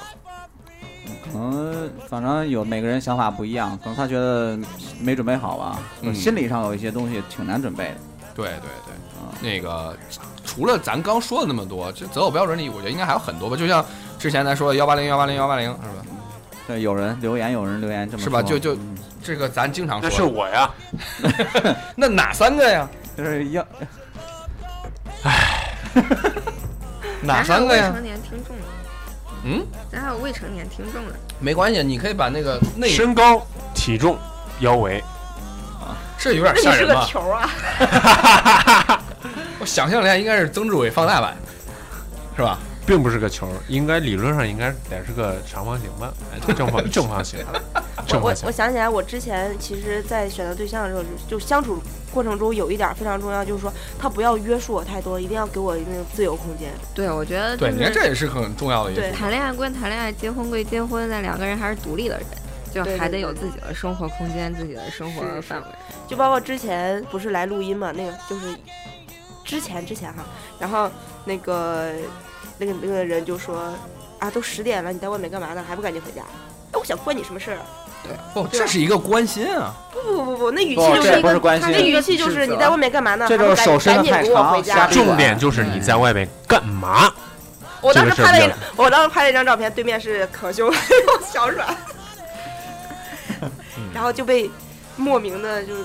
S6: 可能反正有每个人想法不一样，可能他觉得没准备好吧，
S2: 嗯
S6: 心理上有一些东西挺难准备的。
S2: 对对对，
S6: 嗯
S2: 那个除了咱刚说的那么多，这择偶标准里，我觉得应该还有很多吧。就像之前咱说的幺八零幺八零幺八零是吧？
S6: 对，有人留言，有人留言这么
S2: 是吧
S6: 说
S2: 就就
S6: 嗯
S2: 这个咱经常
S4: 那是
S2: 说的。
S4: 我呀，
S2: 那哪三个呀？
S6: 就是要
S2: 哪
S8: 咱还
S2: 三
S8: 有
S2: 个
S8: 未
S2: 呀
S8: 成？年听众呢？
S2: 嗯，
S8: 咱还有未成年听众呢。
S2: 没关系，你可以把那个那
S4: 身高、体重、腰围，
S2: 这有点
S7: 那
S2: 吓
S7: 你是
S2: 人
S7: 个
S2: 吧？
S7: 球啊！
S2: 我想象了一下，应该是曾志伟放大版，是吧？
S4: 并不是个球，应该理论上应该得是个长方形吧，哎 正方正方形，啊
S7: 我
S4: 正
S7: 我
S4: 方形
S7: 我。想起来，我之前其实，在选择对象的时候，就就相处过程中有一点儿非常重要，就是说他不要约束我太多，一定要给我那个自由空间。
S8: 对，我觉得就
S2: 对，你看
S8: 是
S2: 这也是很重要的一
S7: 呃对
S2: 点。
S8: 谈恋爱归谈恋爱，结婚归结婚，但两个人还是独立的人，就
S7: 对对
S8: 还得
S7: 对
S8: 有自己的生活空间、自己的生活
S7: 是是
S8: 范围。
S7: 就包括之前不是来录音嘛，那个就是之前之前哈，然后那个那个那个人就说啊，都十点了，你在外面干嘛呢？还不赶紧回家？哎，我想关你什么事儿啊？
S2: 不，哦这是一个关心啊。
S7: 不不不不，那语气
S6: 不
S7: 就
S6: 这
S7: 一
S6: 不是
S7: 个，
S6: 关
S7: 他那
S6: 心，
S7: 语气就是你在外面干嘛呢？
S6: 这就是
S7: 还
S6: 手
S7: 不
S6: 伸
S7: 赶
S6: 的
S7: 赶紧
S6: 太
S7: 给我
S6: 长
S7: 回，
S6: 下
S7: 家
S6: 力。
S4: 重点就是你在外面干嘛？
S7: 我当时
S4: 这个
S7: 拍
S4: 事儿
S7: 了
S4: 比
S7: 一张，我当时拍了一张照片，对面是可兄， 小阮，
S6: 嗯
S7: 然后就被莫名的就是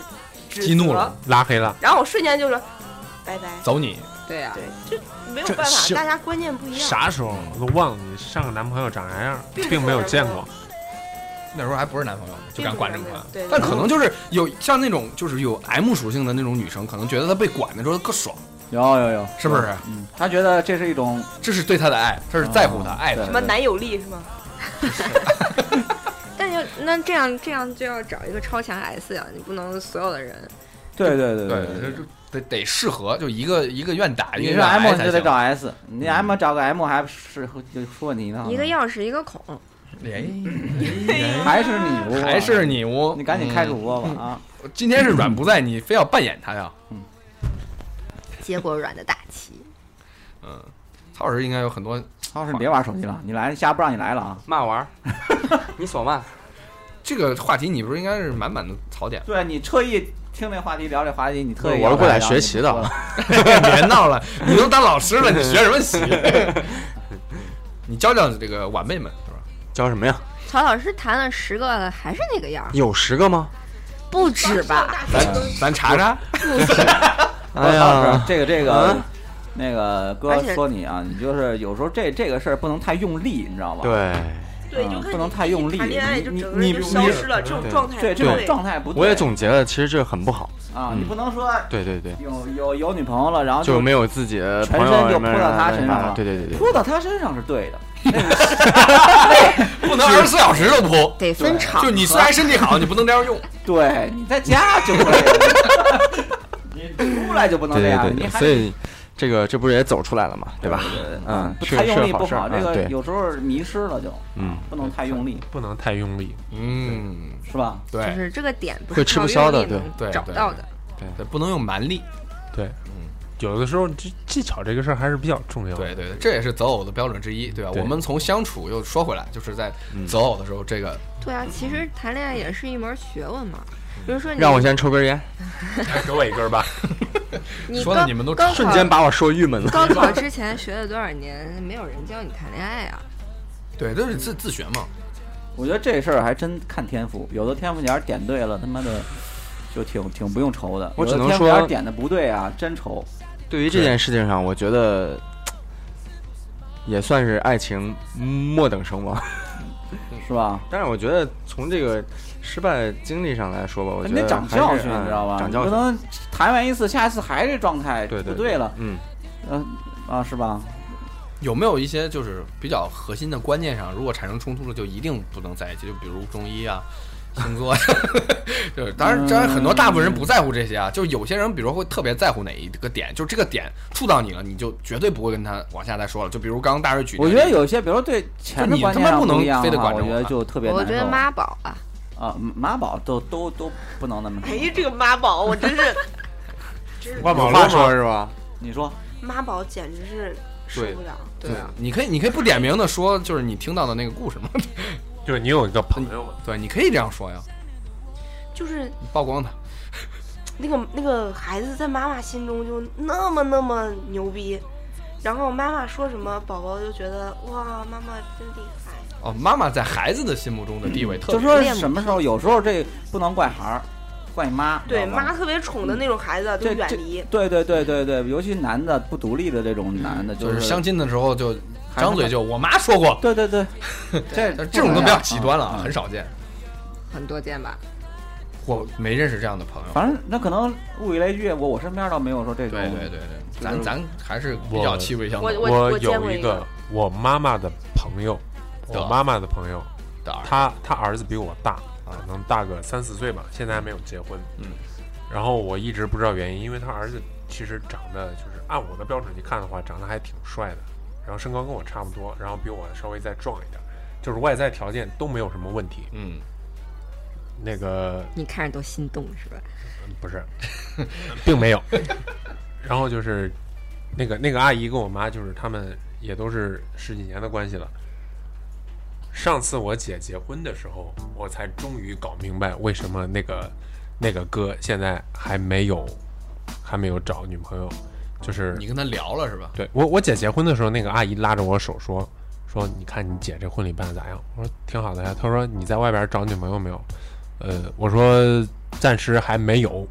S7: 指责
S2: 激怒了，
S4: 拉黑了。
S7: 然后我瞬间就说拜拜，
S2: 走你，
S8: 对呀、
S7: 对，就没有
S4: 这
S7: 办法，
S4: 是
S7: 大家观念不一样。
S4: 啥时候啊我都忘了你上个男朋友长啥样，并没有见过。
S2: 那时候还不是男朋友，就敢管这么宽。
S7: 对对
S2: 但可能就是有像那种就是有 M 属性的那种女生，可能觉得她被管的时候更爽，
S6: 有有有，
S2: 是不是？
S6: 嗯，他觉得这是一种
S2: 这是对她的爱，这是在乎她、
S6: 哦
S2: 爱她
S6: 对
S7: 什么男友力是吗？
S8: 但就那这样这样就要找一个超强 S 呀、你不能所有的人。
S6: 对对对
S2: 对，这这得得适合，就一个一个愿打，一
S6: 你
S2: 个
S6: 是
S2: 愿挨
S6: M 你
S2: 才
S6: 就得
S2: 行嗯
S6: 找。S，你 M 找个 M 还是就出问题
S5: 啊
S6: 呢？
S8: 一个钥匙一个孔，
S2: 哎，
S6: 还是你窝
S2: 还是你嗯我，
S6: 你赶紧开主
S2: 除。
S6: 播吧啊！
S2: 今天是软不在，你非要扮演她呀？
S8: 结果软的大气。
S2: 嗯，曹老师应该有很多
S6: 曹老师，你别玩手机了，你来下不让你来了啊！
S5: 骂 玩儿，你所骂，
S2: 这个话题，你不是应该是满满的槽点吗？
S6: 对你特意听这话题聊这话题，你特意
S5: 我是过来
S6: 聊
S5: 学习的
S6: 你不说
S2: 别闹了，你都当老师了，你学什么习？ 你教教这个晚辈们是吧？
S5: 教什么呀？
S8: 曹老师谈了十个了，还是那个样儿，
S5: 有十个吗？
S8: 不止吧？
S2: 咱咱查查，
S6: 曹
S5: 哎
S6: 老啊师
S5: 呀，
S6: 这个这个
S5: 嗯
S6: 那个哥
S8: 而且
S6: 说你啊，你就是有时候这这个事儿不能太用力，你知道吧？
S5: 对，
S7: 对，就
S6: 嗯
S7: 看
S6: 不能
S7: 你
S6: 太
S7: 一
S6: 用力
S7: 谈恋爱就
S6: 你
S7: 整个人
S5: 你
S7: 就
S5: 你
S7: 消
S5: 你
S7: 失了，这种
S4: 对
S7: 状态
S6: 对
S7: 不
S6: 这种
S7: 对
S6: 状态不对。
S5: 我也总结了，其实这很不好。
S6: 啊，
S5: 嗯
S6: 你不能说
S5: 对对对，
S6: 有有有女朋友了，然后
S5: 就没有自己的
S6: 全
S5: 朋友
S6: 身就
S5: 什么
S6: 扑到他身上
S5: 啊
S6: 了
S5: 对对对对，
S6: 扑到她身上是对的，
S2: 不能二十四小时都扑。
S8: 得分场
S2: 就
S8: 合。
S2: 你虽然身体好，你不能这样用。
S6: 对你在家就可以了， 你出来就不能
S5: 对
S6: 这样，
S5: 对对
S6: 你
S5: 对，
S6: 还
S5: 所以这个这不是也走出来了嘛，对吧？嗯，
S6: 呃不
S5: 是
S6: 太用
S5: 是
S6: 力
S5: 好
S6: 不
S5: 事儿
S6: 好，这
S5: 啊
S6: 个
S5: 对，
S6: 有时候迷失了就，
S5: 嗯，
S6: 不能太用力，
S4: 不能太用力。
S2: 嗯，
S6: 是吧？
S8: 就
S2: 对
S8: 是这个点不
S5: 会
S8: 是
S5: 吃
S8: 靠
S5: 不消
S8: 用
S5: 的
S8: 力能
S2: 对对
S8: 找
S2: 对
S8: 到的。
S2: 对，不能用蛮力。
S4: 对，
S7: 嗯
S4: 有的时候这技巧这个事儿还是比较重要的。
S2: 对对对，这也是择偶的标准之一，对吧？
S4: 对
S2: 我们从相处又说回来，就是在择偶的时候，这个
S8: 对啊，其实谈恋爱也是一门学问嘛。比如说你，
S5: 让我先抽根烟，
S4: 给我一 根吧。
S8: 你
S2: 说的
S8: 高
S2: 你们都
S8: 高考
S5: 瞬间把我说郁闷 了。
S8: 高考之前学了多少年，没有人教你谈恋爱啊。
S2: 对都是自自学嘛。
S6: 我觉得这事儿还真看天赋，有的天赋点儿点对了，他妈的就挺挺不用愁的。
S5: 我只能
S6: 有的天赋点儿
S5: 说
S6: 点的不对啊，真愁。
S5: 对于这件事情上，我觉得也算是爱情末等生亡。
S6: 是吧？
S5: 但是我觉得从这个失败经历上来说吧，我觉
S6: 你得
S5: 得
S6: 长
S5: 还是
S6: 教训，
S5: 嗯
S6: 你知道吧？
S5: 长教
S6: 你
S5: 训
S6: 不，能谈完一次，下一次还这状态
S5: 对对
S6: 不对了，
S5: 嗯，
S6: 嗯啊，是吧？
S2: 有没有一些就是比较核心的观念上，如果产生冲突了，就一定不能在一起？就比如中医 啊、 星座，就是当然，当然很多大部分人不在乎这些啊。就有些人，比如会特别在乎哪一个点，就这个点触到你了，你就绝对不会跟他往下再说了。就比如刚刚大瑞举，
S6: 我觉得，有些，比如说对钱的
S2: 就你
S6: 观
S2: 他妈
S6: 念上
S2: 不能
S6: 一样
S2: 非得
S6: 的话，
S2: 管着我
S6: 我觉得
S2: 啊
S6: 就特别难
S8: 我
S6: 受。
S8: 觉得妈宝啊，
S6: 啊，妈宝都都都不能那么说。
S7: 哎，这个妈宝，我真是
S4: 万宝
S5: 有话
S4: 路
S5: 说
S4: 吗？
S5: 是吧？
S6: 你说
S7: 妈宝，简直是受
S5: 对
S7: 不了。
S2: 对啊，你可以，你可以不点名的说，就是你听到的那个故事嘛。
S4: 就是你有一个朋友，
S2: 对，你可以这样说呀，
S7: 就是
S2: 你曝光他。
S7: 那个那个孩子在妈妈心中就那么那么牛逼，然后妈妈说什么，宝宝就觉得哇，妈妈真厉害。
S2: 哦，妈妈在孩子的心目中的地位特别
S6: 就说什么时候？有时候这不能怪孩儿，怪妈。
S7: 对，
S6: 知道吧
S7: 妈特别宠的那种孩子都啊
S6: 这
S7: 远
S6: 这
S7: 离。
S6: 对对对对对，尤其男的不独立的这种男的，
S2: 就是是嗯相亲的时候就
S6: 还
S2: 张嘴就我妈说过，
S6: 对对对， 这
S2: 但这种都比较极端了，
S6: 嗯
S2: 啊，很少见。
S8: 很多见吧？
S2: 我没认识这样的朋友。
S6: 反正那可能物以类聚，我我身边倒没有说这种。
S2: 对对对对，咱
S6: 就是
S2: 咱还是比较气味相
S7: 我
S2: 投
S7: 我我见
S4: 有
S7: 过一
S4: 个
S7: 个
S4: 我妈妈的朋友，
S2: 得
S4: 我妈妈的朋友，
S2: 的儿。
S4: 他他儿子比我大，可能大个三四岁吧，现在还没有结婚。
S2: 嗯，
S4: 然后我一直不知道原因，因为他儿子其实长得就是按我的标准去看的话，长得还挺帅的，然后身高跟我差不多，然后比我稍微再壮一点，就是外在条件都没有什么问题。
S2: 嗯，
S4: 那个
S8: 你看着都心动是吧？
S4: 不是， 并没有。然后就是那个那个阿姨跟我妈，就是他们也都是十几年的关系了。上次我姐结婚的时候，我才终于搞明白为什么那个那个哥现在还没有还没有找女朋友，就是
S2: 嗯你跟他聊了是吧？
S4: 对我我姐结婚的时候，那个阿姨拉着我手说说你看你姐这婚礼办的咋样？我说挺好的呀。她说你在外边找女朋友没有？呃，我说暂时还没有。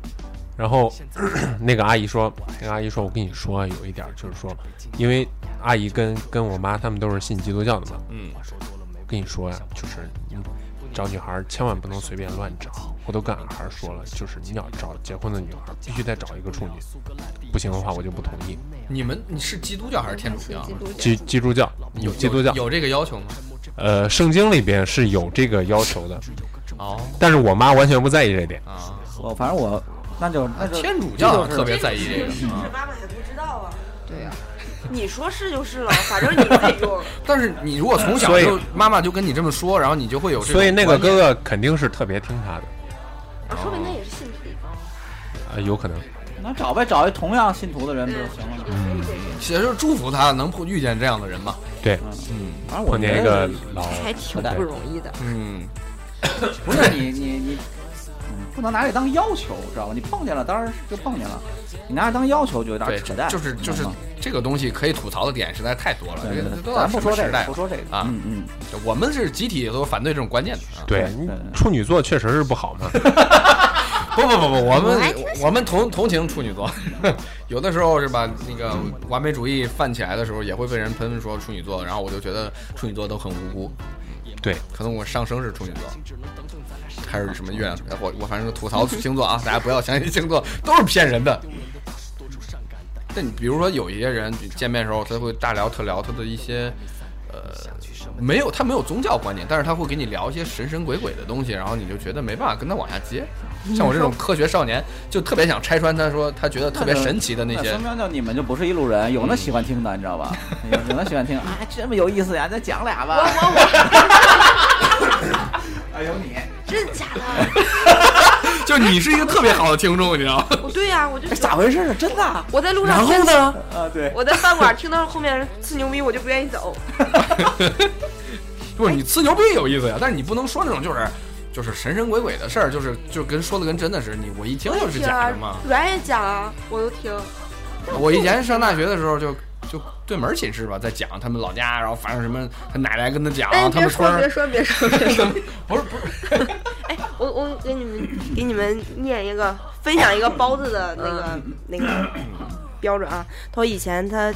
S4: 然后 那个阿姨说，那个阿姨说，我跟你说有一点儿就是说，因为阿姨跟跟我妈他们都是信基督教的嘛，
S2: 嗯，
S4: 我跟你说呀、就是你找女孩儿千俺不能随便乱找。我都跟俺孩儿说了，就是你要找结婚的女孩儿，必须得找一个处女，不行的话我就不同意。
S2: 你们你是基督教还是天主教啊？
S4: 基基督教有基督教，
S2: 有这个要求吗？
S4: 呃，圣经里边是有这个要求的，
S2: 哦
S4: 但是我妈完全不在意这点。
S2: 啊，
S6: 我反正我那就那就
S2: 天主教
S6: 这就是
S2: 特别在意这个。
S7: 是不是妈妈还不知道啊？
S8: 对呀、
S7: 你说是就是了，反正你自己用。
S2: 但是你如果从小
S4: 所以
S2: 就妈妈就跟你这么说，然后你就会有这种
S4: 所以那个
S2: 观念
S4: 哥哥肯定是特别听她的，
S7: 啊说明他也是信啊徒。
S4: 呃，有可能。
S6: 那找呗，找一同样信徒的人不就行
S7: 嗯
S6: 了吗？
S2: 也就是祝福他能碰遇见这样的人嘛。
S4: 对，
S6: 反正我
S4: 碰
S6: 觉
S4: 见一
S6: 得
S4: 个老，
S8: 还挺不容易的。
S2: 嗯，
S6: 不是你你你，嗯不能拿这当要求，知道吧？你碰见了当然是就碰见了，你拿这当要求就有点
S2: 对
S6: 扯淡，，
S2: 就是就
S6: 知
S2: 是
S6: 道吗
S2: 这个东西可以吐槽的点实在太多了。
S6: 嗯对
S2: 这
S6: 对
S2: 个这
S6: 对，
S2: 都
S6: 咱
S2: 到
S6: 不
S2: 什么
S6: 说这
S2: 时
S6: 个，
S2: 代
S6: 不
S2: 了
S6: 说这个
S2: 啊
S6: 嗯嗯，
S2: 我们是集体都反对这种观念的啊。
S4: 对，你处女座确实是不好嘛。 嗯
S2: 不不不不，我
S8: 哎
S7: 哎
S8: 我还
S2: 们
S8: 挺
S2: 我们同同情处女座， 有的时候是吧？那个完美主义泛起来的时候，也会被人喷说处女座，然后我就觉得处女座都很无辜。
S4: 对，
S2: 可能我上升是处女座，还是什么月亮水瓶？我我反正吐槽星座啊，大家不要相信星座，都是骗人的。但你比如说有一些人见面的时候，他会大聊特聊他的一些，呃，没有他没有宗教观点，但是他会给你聊一些神神鬼鬼的东西，然后你就觉得没办法跟他往下接。像我这种科学少年，就特别想拆穿他说他觉得特别神奇的那些
S6: 分。明就你们就不是一路人，有那喜欢听的，你知道吧？ 有有那喜欢听啊，这么有意思呀，再讲俩吧。我 我我，啊，有你，
S3: 真的假的？
S2: 就你是一个特别好的听众，你知道吗？
S7: 我对呀、我就
S6: 哎咋回事啊？真的啊？
S7: 我在路上，
S6: 然后呢？啊，对，
S7: 我在饭馆听到后面吹牛逼，我就不愿意走。
S2: 不是你吹牛逼有意思呀，但是你不能说那种就是就是神神鬼鬼的事儿，就是就跟说的跟真的似的。你我一听
S7: 我也
S2: 就是
S7: 听
S2: 假
S7: 啊
S2: 的嘛。，
S7: 阮也讲啊，我都听。
S2: 我以前上大学的时候就就对门儿寝室吧，在讲他们老家，然后发生什么，他奶奶跟他讲
S8: 哎，，
S2: 他
S8: 别
S2: 们啊村
S8: 说别
S2: 儿
S8: 说别说别 说，
S2: 不是不是
S7: 哎，我我给你们给你们念一个，分享一个包子的那个那个标准啊。他说以前他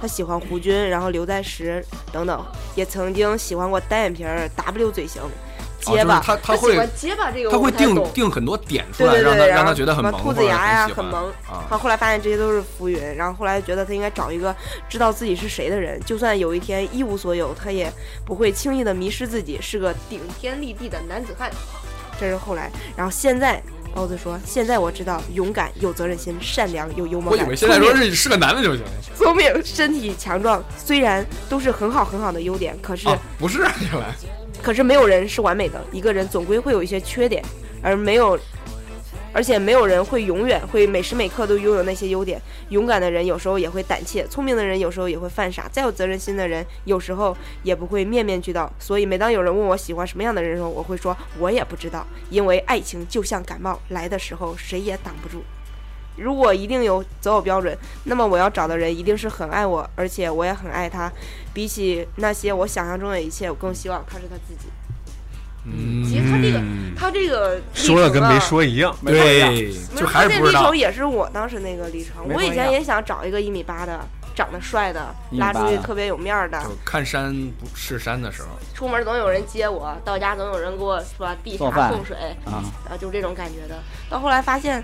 S7: 他喜欢胡军，然后刘在石等等，也曾经喜欢过单眼皮儿、W 嘴型、结巴。
S2: 哦就是他他
S8: 喜
S2: 会
S8: 欢结巴这个
S2: 他
S8: 我
S2: 会
S8: 不太懂，
S2: 定定很多点出
S7: 对
S2: 来，
S7: 对
S2: 让他
S7: 对，然
S2: 让
S7: 后
S2: 他觉得很
S7: 什么
S2: 萌，
S7: 兔子牙呀、
S2: 或者喜
S7: 很
S2: 欢
S7: 萌。
S2: 啊
S7: 然后后来发现这些都是浮云，然后后来觉得他应该找一个知道自己是谁的人，就算有一天一无所有，他也不会轻易的迷失自己，是个顶天立地的男子汉。这是后来，然后现在包子说，现在我知道勇敢、有责任心、善良、有幽默
S2: 我以
S7: 感，
S2: 为现在说是是个男的就行
S7: 聪明、身体强壮，虽然都是很好很好的优点，可是、
S2: 啊，不是啊原来
S7: 可是没有人是完美的，一个人总归会有一些缺点，而没有，而且没有人会永远会每时每刻都拥有那些优点。勇敢的人有时候也会胆怯，聪明的人有时候也会犯傻，再有责任心的人有时候也不会面面俱到。所以每当有人问我喜欢什么样的人的时候，我会说我也不知道，因为爱情就像感冒，来的时候谁也挡不住。如果一定有择偶标准，那么我要找的人一定是很爱我，而且我也很爱他。比起那些我想象中的一切，我更希望他是他自己。其实他这个，
S2: 嗯
S7: 他这个历程
S4: 嗯说了跟
S7: 啊
S4: 没，说一样。
S2: 对，
S7: 没
S2: 就
S7: 有
S2: 还
S7: 他
S2: 是
S7: 这
S2: 不知
S7: 历
S2: 道
S7: 程。也是我当时那个历程。
S6: 没
S7: 我
S6: 说
S7: 以
S6: 一
S7: 前
S6: 样
S7: 也想找一个一米八的，长得帅的，
S6: 一米
S7: 拉
S6: 八
S7: 出去
S6: 的
S7: 特别有面儿的，
S2: 就看山不是山的时候，
S7: 出门总有人接我，到家总有人给我说递
S6: 做
S7: 茶
S6: 饭
S7: 送水，
S6: 啊，
S7: 啊，就这种感觉的。到后来发现，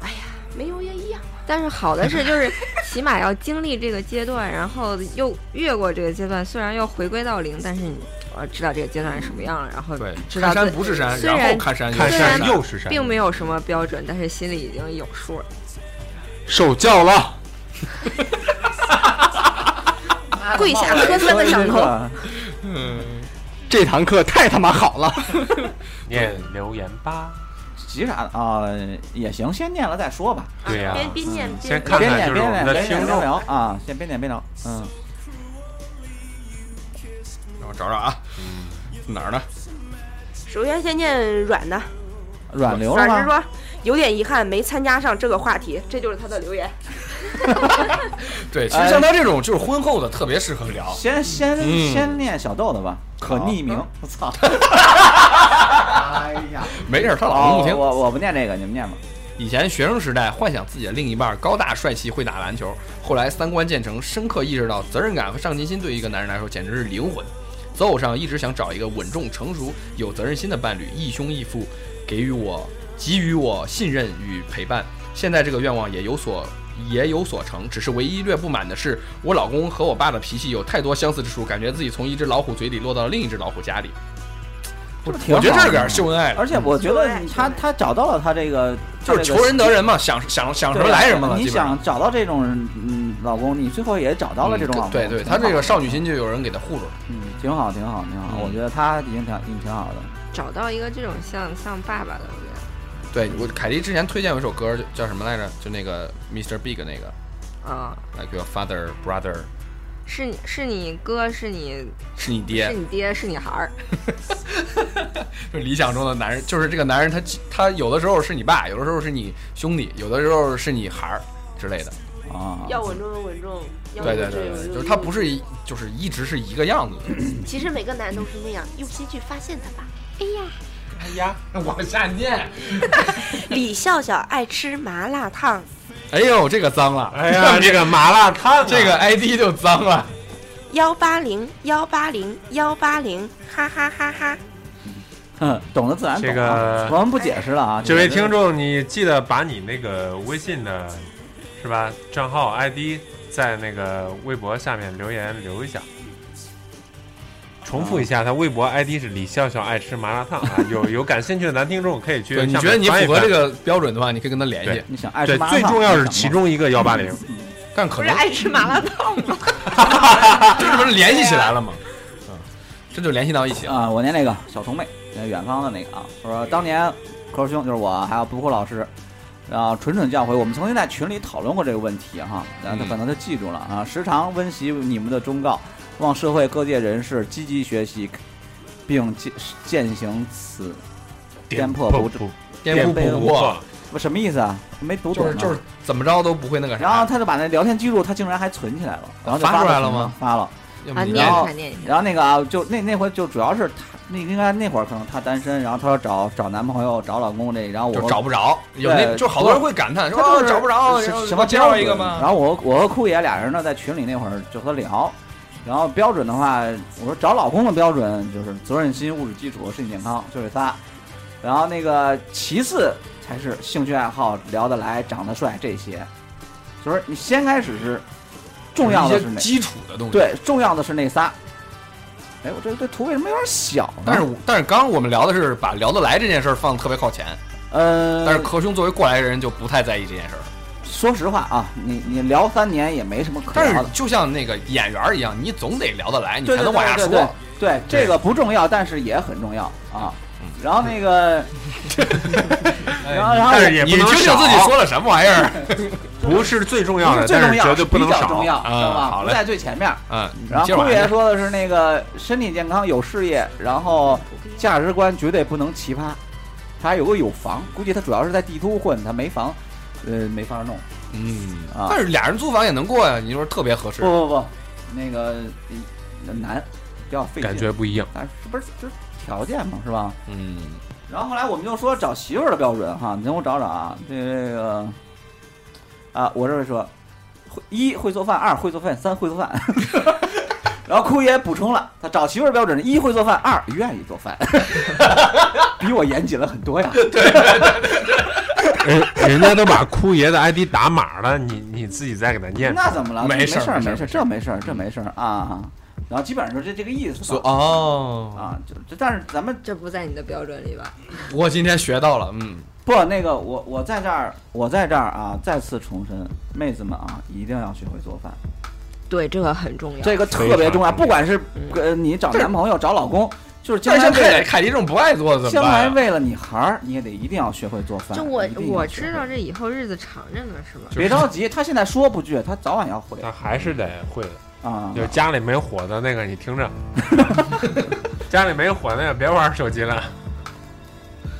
S7: 哎呀，没有啊也一样。
S8: 但是好的是，就是起码要经历这个阶段，然后又越过这个阶段。虽然又回归到零，但是你呃知道这个阶段是什么样了，然后
S2: 对，
S8: 知道
S2: 看山
S8: 自
S2: 不是山，
S8: 虽
S2: 然
S8: 然
S2: 后看山又
S4: 看
S2: 是
S8: 虽
S4: 山
S8: 然
S4: 又是山，
S8: 并没有什么标准，但是心里已经有数了。
S5: 受教了，
S8: 跪下磕三个响头，
S5: 这堂课太他妈好了。
S4: 念留言吧。
S6: 急啥的啊？也行，先念了再说吧。
S4: 对呀
S7: 啊边边念边
S4: 先看
S6: 边
S4: 看
S6: 念
S4: 就是
S6: 边
S4: 我
S6: 念
S4: 们的
S6: 边
S4: 听
S6: 念边
S4: 众，
S6: 聊啊，先边念边聊。嗯，
S2: 让我找找啊，哪儿呢？
S7: 首先先念软的，
S6: 软流了
S7: 软是
S6: 吗？
S7: 说有点遗憾没参加上这个话题，这就是他的留言。
S2: 对，
S8: 哎
S2: 其实像他这种就是婚后的特别适合聊，
S6: 先先
S2: 嗯
S6: 先念小豆豆吧，可匿名。我操！ 哎呀，
S2: 没事儿他老
S8: 哦
S6: 好，
S2: 能不听。
S6: 我我不念这个，你们念吧。
S2: 以前学生时代幻想自己的另一半高大帅气会打篮球，后来三观渐成，深刻意识到责任感和上进心对一个男人来说简直是灵魂。择偶上一直想找一个稳重、成熟、有责任心的伴侣，亦兄亦父，给予我给予我信任与陪伴。现在这个愿望也有所也有所成，只是唯一略不满的是，我老公和我爸的脾气有太多相似之处，感觉自己从一只老虎嘴里落到了另一只老虎家里。
S6: 这不挺
S2: 我觉得这
S6: 好
S2: 有点
S6: 的吗
S2: 秀恩爱了，
S6: 而且我觉得你
S7: 秀
S6: 他
S7: 恩爱
S6: 他找到了他这个，
S2: 就是
S6: 这
S2: 求
S6: 个
S2: 人得人嘛，想想想什么来什么了。
S6: 你
S2: 基本上
S6: 想找到这种嗯老公，你最后也找到了这种老公。
S2: 嗯对对，
S6: 挺
S2: 他这
S6: 好
S2: 个
S6: 的
S2: 少女，心就有人给他护着了。
S6: 嗯，挺好，挺好，挺好。
S2: 嗯
S6: 我觉得他已经挺已经挺好的。
S8: 找到一个这种像像爸爸的人，
S2: 对我，凯莉之前推荐我一首歌，就叫什么来着？就那个 Mr. Big 那个
S8: 啊、
S2: ，Like your father, brother，
S8: 是你是你哥，是你
S2: 是你
S8: 是
S2: 爹，
S8: 你爹，是你孩儿，
S2: 就是理想中的男人，就是这个男人他他有的时候是你爸，有的时候是你兄弟，有的时候是你孩儿之类的。
S6: 啊，
S7: 要稳重稳重，要
S2: 对对
S7: 有
S2: 对
S7: 有
S2: 对，
S7: 有
S2: 就是他不是一就是一直是一个样子的。
S7: 其实每个男人都是那样，用心去发现他吧。
S2: 哎呀，往下念。
S7: 李笑笑爱吃麻辣烫，
S2: 哎呦，这个脏了。
S4: 哎呀，这个麻辣烫啊，
S2: 这个 ID 就脏了。
S7: 幺八零幺八零幺八零，哈哈哈哈！
S6: 嗯， 懂的自然懂、啊。
S4: 这个
S6: 我们不解释了啊。
S4: 这位
S6: 这个
S4: 听众，你记得把你那个微信的，是吧？账号 ID 在那个微博下面留言留一下。重复一下，他微博 ID 是李笑笑爱吃麻辣烫啊， 有有感兴趣的男听众可以去
S2: 对，
S4: 下
S2: 你
S4: 面
S2: 觉
S4: 翻
S2: 得
S4: 一翻。
S2: 你符合这个标准的话，你可以跟他联系
S4: 对。
S6: 你想爱吃
S4: 对，
S6: 麻辣
S4: 最
S6: 烫
S4: 重要是
S6: 想
S4: 其
S6: 吗
S4: 中一个幺八零，
S2: 但可
S8: 不是
S2: 能
S8: 爱吃麻辣烫，
S2: 这不是联系起来了吗？
S8: 啊
S2: 嗯，这就联系到一起了。
S6: 啊、我念那个小童妹，那远方的那个啊，我说当年科师兄就是我，还有布库老师，然后蠢蠢教诲，我们曾经在群里讨论过这个问题哈，然后他
S2: 嗯
S6: 可能他记住了啊，时常温习你们的忠告，望社会各界人士积极学习，并践践行此颠破不
S4: 不
S2: 颠
S6: 颠
S2: 不
S6: 不
S2: 破，
S6: 不什么意思啊？没读
S2: 就
S6: 懂
S2: 是
S6: 啊
S2: 就是怎么着都不会那个啥。
S6: 然后他就把那聊天记录，他竟然还存起来了，然后就
S2: 发出来
S6: 到
S2: 了
S6: 群
S2: 吗
S6: 上？发了。
S2: 要
S8: 啊，
S2: 不你
S8: 念
S6: 然
S8: 一
S6: 后
S8: 下，念一下。
S6: 然后那个啊，就那那会儿就主要是她，那应该那会儿可能她单身，然后她说找找男朋友、找老公这，然后我
S2: 就找不着，有那
S6: 对
S2: 就好多人会感叹说
S6: 她就是
S2: 哦找不着，
S6: 是
S2: 然后
S6: 什么
S2: 介绍
S6: 标
S2: 一个
S6: 准然
S2: 吧。
S6: 后我我和酷爷俩人呢在群里那会儿就和聊，然后标准的话，我说找老公的标准就是责任心、物质基础、身体健康，就这仨。然后那个其次才是兴趣爱好、聊得来、长得帅这些，就是你先开始是重要的
S2: 一
S6: 是
S2: 些
S6: 哪？
S2: 基础的东西。，
S6: 对，重要的是那仨。哎，我这这图为什么有点小呢？
S2: 但是我但是刚刚我们聊的是把聊得来这件事儿放得特别靠前，
S6: 呃，
S2: 但是柯兄作为过来人就不太在意这件事儿。
S6: 说实话啊，你你聊三年也没什么可
S2: 但
S6: 聊的
S2: 是。就像那个演员儿一样，你总得聊得来，你
S6: 对
S2: 才
S6: 对
S2: 能往下
S6: 对对对
S2: 说。
S6: 对，这个不重要，但是也很重要啊。
S2: 嗯
S6: 然后那 个，然后然后
S4: 但是也
S2: 你
S4: 不
S2: 听
S4: 能
S2: 听
S4: 少
S2: 自己说了什么玩意 儿？
S4: 不是最重要
S6: 不
S4: 的，
S6: 是最
S4: 但
S6: 重
S4: 是
S6: 要，
S4: 绝对不能
S6: 比较
S4: 少。
S6: 重要，知道
S2: 嗯好
S6: 吧？
S2: 嘞
S6: 不在最前面。
S2: 嗯，
S6: 然
S2: 接着
S6: 后
S2: 往
S6: 酷
S2: 下
S6: 爷
S2: 念
S6: 说的是那个身体健康有事业，然后价值观绝对不能奇葩。他还有个有房，估计他主要是在帝都混，他没房，呃，没法弄
S2: 嗯，
S6: 啊。
S2: 但是俩人租房也能过呀，你说特别合适
S6: 不。不不，那个呃难，比较费劲。
S4: 感觉不一样，
S6: 但是这不是就是条件嘛，是吧？
S2: 嗯，
S6: 然后后来我们就说找媳妇儿的标准哈，你等我找找啊，这个啊，我这位说，会一会做饭，二会做饭，三会做饭。 然后酷爷补充了，他找媳妇儿的标准：一会做饭，二愿意做饭， 比我严谨了很多呀。
S4: 人人家都把哭爷的 ID 打码了，你你自己再给他念。
S6: 那怎么了？
S2: 没
S6: 没
S2: 事儿
S6: 儿，
S2: 没事儿
S6: 没事儿，这没事儿，这没事儿啊。然后基本上就这这个意思
S2: 所
S6: 吧。
S2: 哦，
S6: 啊，就就但是咱们
S8: 这不在你的标准里吧？
S2: 我今天学到了，嗯，
S6: 不，那个我我在这儿，我在这儿啊，再次重申，妹子们啊，一定要学会做饭，
S8: 对，这个很重要。
S6: 这个特别重要。
S4: 非常重要
S6: 不管是呃你找男朋友、找老公，就是将
S2: 嗯但
S6: 来
S2: 是
S6: 为
S2: 凯
S6: 了
S2: 凯迪这种不爱做的怎
S6: 将
S2: 么
S6: 来
S2: 办啊？
S6: 为了你孩儿，你也得一定要学会做饭。
S8: 就我
S6: 一定要
S8: 我
S6: 学
S8: 知
S6: 会
S8: 道，这以后日子长着呢，是吧？
S6: 别着急，他现在说不倔，他早晚要会
S4: 他还是得会的，
S6: 啊。
S4: 就是家里没火的那个，你听着，家里没火的那个别玩手机了。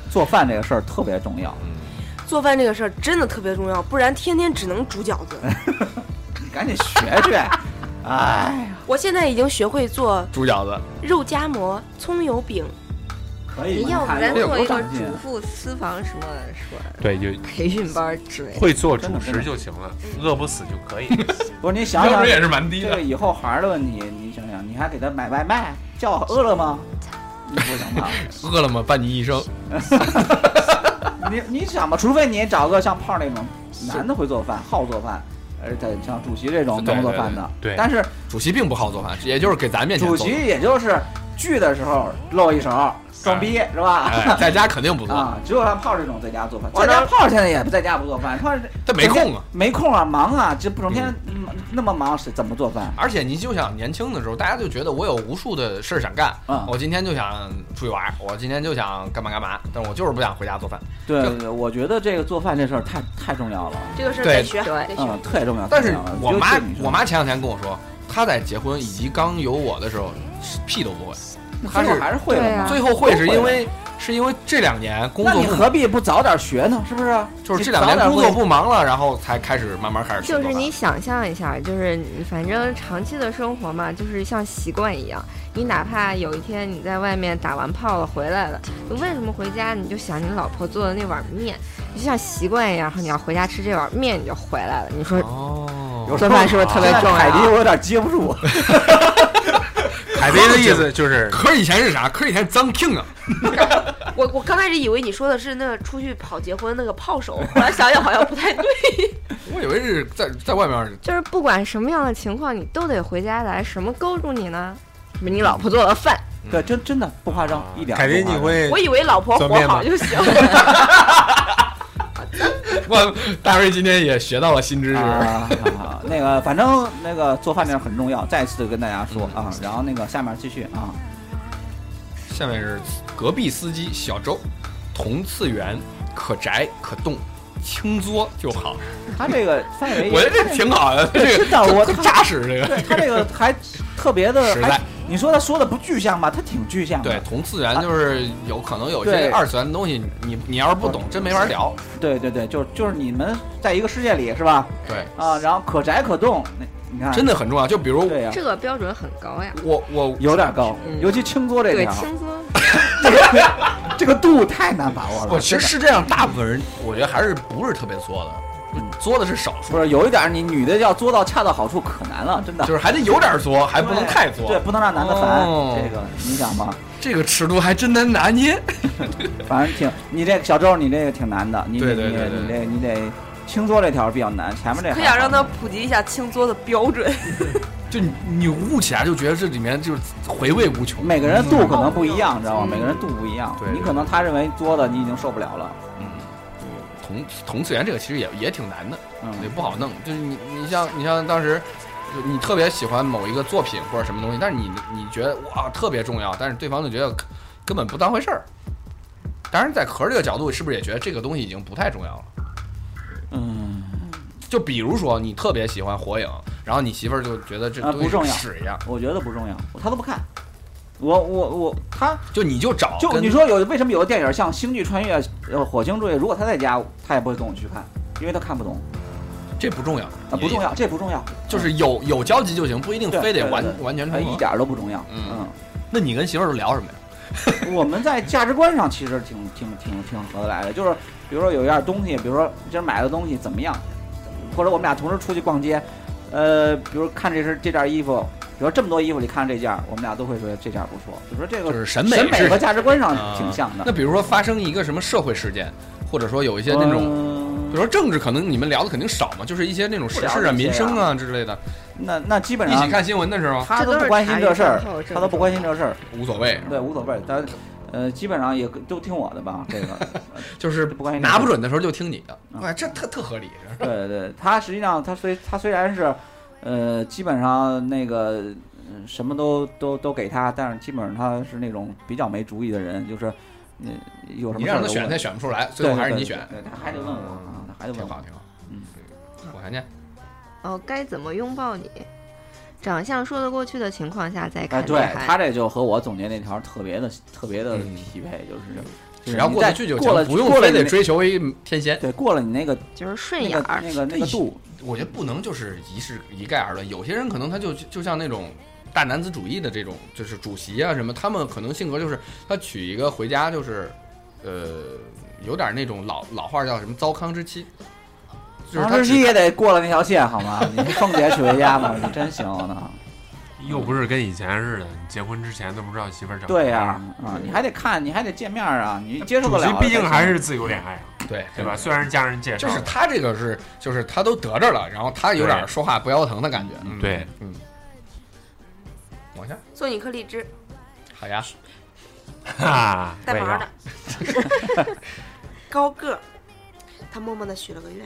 S6: 做饭这个事儿特别重
S2: 嗯
S6: 要，
S7: 做饭这个事儿真的特别重要，不然天天只能煮饺子。
S2: 哎
S6: 你赶紧学学。哎，
S7: 我现在已经学会做
S2: 猪饺子，
S7: 肉夹馍、葱油饼，
S6: 可以
S8: 哎
S6: 吗，
S8: 要不
S6: 看
S8: 咱
S6: 有
S8: 做
S6: 多
S8: 一个
S6: 长进
S8: 主妇私房什么什么
S4: 对，就
S8: 培训班儿之类的。
S4: 会做
S6: 真
S4: 主
S6: 的真
S4: 食
S6: 的
S4: 就行了，饿不死就可以。
S6: 不是你想
S2: 标
S6: 想
S2: 准，也是蛮低
S6: 这
S2: 的
S6: 个。以后孩儿的问题，你想想，你还给他买外卖，叫饿了么，你不想吧？
S2: 饿了么伴你一生，
S6: 你你想吧，除非你找个像胖那种男的会做饭，好做饭，而且像主席这种
S2: 对
S6: 能做饭的，
S4: 对对对
S6: 但是
S2: 主席并不好做饭，也就是给咱面前
S6: 主
S2: 做。
S6: 席也就是聚的时候露一手，装逼是吧？
S2: 哎，在家肯定不做，
S6: 啊，只有像炮这种在家做饭，
S2: 我
S6: 在家炮现在也不在家不做饭，炮
S2: 他没空啊。，
S6: 没空啊，忙啊，这不整天嗯那么忙，是怎么做饭？
S2: 而且你就想年轻的时候，大家就觉得我有无数的事儿想干，
S6: 嗯
S2: 我今天就想出去玩儿，我今天就想干嘛干嘛，但是我就是不想回家做饭。
S6: 对，对我觉得这个做饭这事儿太太重要了，
S7: 这个事儿
S2: 对
S7: 得学，
S8: 对
S7: 得学。
S6: 嗯，太重要。
S2: 但是
S6: 太重要了
S2: 我妈
S6: 尤其是女，生
S2: 我妈前两天跟我说，她在结婚以及刚有我的时候，是屁都不会。
S6: 那
S2: 她
S6: 最后
S2: 是
S6: 还是会
S8: 对
S6: 的
S8: 啊
S6: 嘛。
S2: 最后会是因
S6: 都会
S2: 为是因为这两年工
S6: 那
S2: 作
S6: 你
S2: 不
S6: 何必不早点学呢？是不是？
S2: 就是这
S6: 你
S2: 两
S6: 早
S2: 年
S6: 点
S2: 工作
S6: 会
S2: 不忙了，然后才开始慢慢开始学
S8: 就
S2: 做
S8: 是
S2: 饭。
S8: 你想象一下，就是你反正长期的生活嘛，就是像习惯一样。你哪怕有一天你在外面打完炮了回来了，你为什么回家你就想你老婆做的那碗面，你就像习惯一样，然后你要回家吃这碗面你就回来了。你说
S2: 哦，
S6: 有
S8: 哦
S2: 啊
S8: 做饭是不是特别重要啊
S6: 啊凯迪，我有点接不住。
S4: 海威的意 思就是
S2: 壳儿以前是啥？壳儿以前是脏 king 啊，
S7: 我我刚开始以为你说的是那个出去跑结婚那个炮手，后来想想好像不太 对。
S2: 我以为是在在外面儿
S8: 就是不管什么样的情况，你都得回家来。什么勾住你呢？是你老婆做的饭，
S6: 对，真真的不夸张，一点儿
S4: 凯威，
S6: 不
S4: 你
S6: 夸张。
S4: 会
S7: 我以为老婆
S4: 钻
S7: 活
S4: 面
S7: 好
S4: 吗
S7: 就行。
S2: 我大瑞今天也学到了新知识。
S6: 啊，啊那个反正那个做饭这很重要，再次跟大家说
S2: 嗯
S6: 啊。然后那个下面继续啊，
S2: 下面是隔壁司机小周，同次元，可宅可动，轻作就好。
S6: 他这个范围也，
S2: 我觉得这挺好的，这个
S6: 真的哎我
S2: 这扎实这个。
S6: 对他这个还特别的
S2: 实，在
S6: 还你说他说的不具象吧，他挺具象的。
S2: 对，同次元就是有可能有一
S6: 嗯对嗯
S2: 些二次元的东西，你你要是不懂，真没法聊。
S6: 对对对，就就是你们在一个世界里是吧？
S2: 对，
S6: 啊，然后可宅可动，那你看
S2: 真的很重要。就比如
S6: 对呀、
S8: 这个标准很高呀。
S2: 我我
S6: 有点高，
S2: 嗯
S6: 尤其轻作这
S8: 对，
S6: 条，
S8: 轻松。
S6: 这个 这个度太难把握了。
S2: 我其实
S6: 真的
S2: 是这样，大部分人我觉得还是不是特别作的，
S6: 嗯
S2: 就作的是少数
S6: 不，是有一点，你女的要做到恰到好处可难了，真的。
S2: 就是还得有点作，还不能太
S6: 对，
S2: 作。
S6: 不能让男的烦。
S2: 哦
S6: 这个你想吧，
S2: 这个尺度还真难拿捏。
S6: 反正挺你这小周，你这个挺难的，你
S2: 对
S6: 你
S2: 对对
S6: 你
S2: 对
S6: 这你得轻作这条比较难，前面这
S3: 可
S8: 啊
S6: 还好
S3: 想让他普及一下轻作的标准。
S2: 就你你悟起来就觉得这里面就是回味无穷。
S6: 每个人度可能不一样，知道吗？
S2: 嗯
S6: 每个人度不一样
S2: 对，对
S6: 你可能他认为作的你已经受不了了，
S2: 嗯，同同次元这个其实也也挺难的，也
S6: 嗯，
S2: 不好弄。就是你你像你像当时，就你特别喜欢某一个作品或者什么东西，但是你你觉得哇特别重要，但是对方就觉得根本不当回事儿。当然，在壳儿这个角度，是不是也觉得这个东西已经不太重要了？
S6: 嗯。
S2: 就比如说，你特别喜欢火影，然后你媳妇儿就觉得这
S6: 啊
S2: 东西
S6: 不重要
S2: 屎一样，
S6: 我觉得不重要，他都不看。我我我，他
S2: 就你就找
S6: 就
S2: 跟
S6: 你说有为什么有的电影像《星际穿越》呃《火星坠》，如果他在家，他也不会跟我去看，因为他看不懂
S2: 这不重要，
S6: 啊，不重要，这不重要，
S2: 也，就是有有交集就行，不一定
S6: 对
S2: 非得
S6: 对
S2: 完
S6: 对
S2: 完全
S6: 哎，
S2: 重
S6: 一
S2: 合。
S6: 点儿都不重要。
S2: 嗯那你跟媳妇儿都聊什么呀？
S6: 嗯，我们在价值观上其实挺挺挺挺合得来的，就是比如说有一样东西，比如说今儿买的东西怎么样，或者我们俩同时出去逛街，呃，比如看这身这件衣服，比如说这么多衣服里看这件，我们俩都会觉得这件不错，就说这
S2: 就
S6: 个
S2: 是审美
S6: 呃审美
S2: 是
S6: 和价值观上
S2: 啊
S6: 挺像的
S2: 那。比如说发生一个什么社会事件，或者说有一些那种，
S6: 嗯
S2: 比如说政治，可能你们聊的肯定少嘛，就是一些那种时事
S6: 不聊
S2: 啊、
S6: 这些啊
S2: 民生啊之类的，
S6: 那那基本
S2: 一起
S6: 上
S2: 看新闻的时候
S6: 他
S8: 这
S6: 都
S8: 都
S6: 不
S8: 是
S6: 关心
S8: 茶余
S6: 这事儿
S8: 饭后
S6: 他
S8: 这，
S6: 都
S8: 种
S6: 不关心这事儿，
S2: 无所谓，
S6: 对，无所谓。但呃，基本上也都听我的吧，这个。
S2: 就是
S6: 不关心
S2: 拿不准的时候就听你的，
S6: 嗯
S2: 哎，这特特合理。
S6: 对对，他实际上他虽他虽然是，呃，基本上那个嗯什么都都都给他，但是基本上他是那种比较没主意的人，就是嗯有什么
S2: 你
S6: 事儿
S2: 让他
S6: 都
S2: 选，
S6: 问
S2: 他也选不出来，最
S6: 对
S2: 后
S6: 对
S2: 还是
S6: 对
S2: 你选，
S6: 对，他还得问我啊，他还得
S2: 挺
S6: 问我
S2: 好，。挺好。
S6: 嗯，
S2: 我还念，
S8: 哦，该怎么拥抱你？长相说得过去的情况下再
S6: 哎，
S8: 看女
S6: 对他
S8: 孩。
S6: 这就和我总结那条特别的特别的
S2: 嗯
S6: 匹配，就是就是
S2: 只要
S6: 你
S2: 过
S6: 在
S2: 得去就
S6: 过
S2: 行，
S6: 了
S2: 不用
S6: 过了
S2: 非
S6: 你
S2: 得
S6: 那
S2: 追求一天仙。
S6: 对，过了你那个
S8: 就是顺
S6: 那
S8: 眼
S6: 个
S8: 儿，
S6: 那个那个度，
S2: 我觉得不能就是一视一概而论。有些人可能他就就像那种大男子主义的这种，就是主席啊什么，他们可能性格就是他娶一个回家就是，呃，有点那种老老话叫什么“糟糠之妻”，就是他
S6: 时期
S2: 只
S6: 也得过啊了那条线 好吗？你是凤姐娶回家吗？你真行啊呢。
S4: 又不是跟以前似的，你结婚之前都不知道媳妇儿长
S6: 对
S4: 啥
S6: 呀、
S4: 样
S6: 啊，你还得看，你还得见面啊，你接受
S4: 主
S6: 得
S4: 席
S6: 了。
S4: 毕竟还是自由恋爱啊，
S2: 对
S4: 对吧？？虽然是家人介绍
S2: 就
S4: 的，
S2: 是他这个是，就是他都得着了，然后他有点
S4: 对
S2: 说话不腰疼的感觉。嗯
S4: 对，
S2: 嗯。
S6: 嗯
S2: 往下，
S7: 送你一颗荔枝，
S2: 好呀，
S4: 哈，
S7: 带
S4: 我
S7: 毛
S4: 也要
S7: 的， 高个儿。他默默的许了个愿，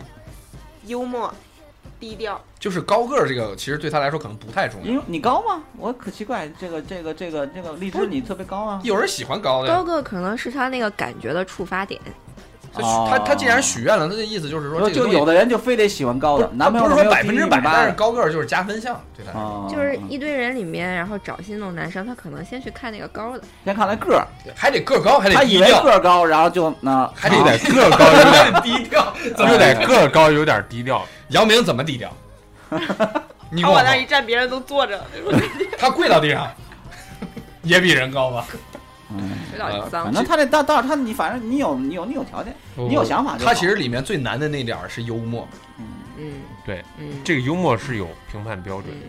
S7: 幽默，低调。
S2: 就是高个儿这个，其实对他来说可能不太重
S6: 因
S2: 要
S6: 为。你高吗？我可奇怪，这个这个这个这个荔枝你特别高啊。
S2: 有人喜欢高的，
S8: 高个可能是他那个感觉的触发点。
S2: 他
S6: 哦
S2: 许他他既然许愿了，那这意思就是说，
S6: 就就有的人就非得喜欢高的，男朋友
S2: 不是
S6: 没
S2: 说
S6: 有
S2: 百分之百，
S6: 低于180
S2: 但是高个儿就是加分项，对他。
S6: 啊，
S8: 就是一堆人里面，然后找心动男生，他可能先去看那个高的。
S6: 先看他个儿，
S2: 还得个儿高，还
S6: 他
S2: 得
S6: 以
S2: 低
S6: 为
S2: 调，
S6: 个儿高，然后就那啊
S2: 还
S4: 又
S2: 得
S4: 得个儿高 有 点，
S2: 还得低调。
S4: 又得个儿高有点低调，
S2: 姚明怎么低调？你
S7: 他
S2: 跟我
S7: 往那儿一
S2: 说，
S7: 站，别人都坐着，
S2: 他跪到地上，也比人高吧？
S6: 嗯，
S8: 有
S2: 呃
S8: 点脏
S6: 反，正他这大大他你反正你有你有你有条件， 你有想法就好
S2: 他其实里面最难的那点儿是幽默，
S6: 嗯
S8: 嗯，
S4: 对，
S8: 嗯，
S4: 这个幽默是有评判标准的，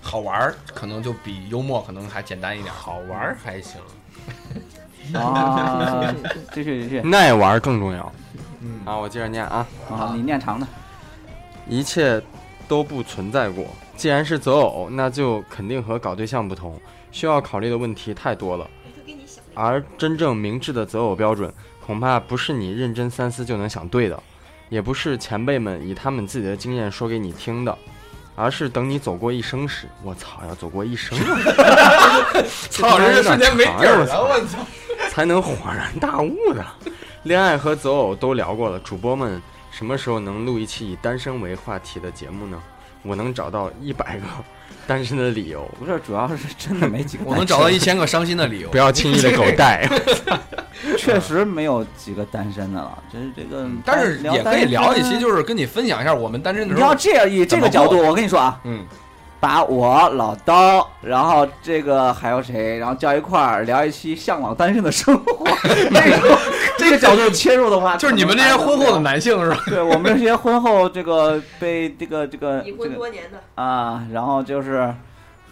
S2: 好玩儿可能就比幽默可能还简单一点。好玩儿还行，
S6: 嗯啊，继续继续
S5: 耐玩更重要。啊，我接着念啊，
S6: 啊，你念长的，
S5: 一切都不存在过。既然是择偶，那就肯定和搞对象不同，需要考虑的问题太多了。而真正明智的择偶标准，恐怕不是你认真三思就能想对的，也不是前辈们以他们自己的经验说给你听的，而是等你走过一生时，我操，要走过一生啊！ 哎
S2: 曹老师这瞬间没底儿
S5: 我操
S2: 了，我操！
S5: 才能恍然大悟的。恋爱和择偶都聊过了，主播们什么时候能录一期以单身为话题的节目呢？我能找到一百个单身的理由，
S6: 不是，主要是真的没几个单身，
S2: 我能找到一千个伤心的理由
S5: 不。要轻易的狗带。
S6: 确实没有几个单身的了，真是这个，
S2: 嗯但是也可以聊一期，就是跟你分享一下我们单身的
S6: 你
S2: 时候
S6: 要，这样以这个角度，我跟你说啊，
S2: 嗯，
S6: 把我老刀，然后这个还有谁，然后叫一块儿聊一期向往单身的生 活，这个这个角度切入的话，
S2: 就是你们这些婚后的，男性是吧？
S6: 对我们这些婚后这个被这个这个
S7: 已
S6: 这
S7: 婚
S6: 个
S7: 多年的，
S6: 啊，然后就是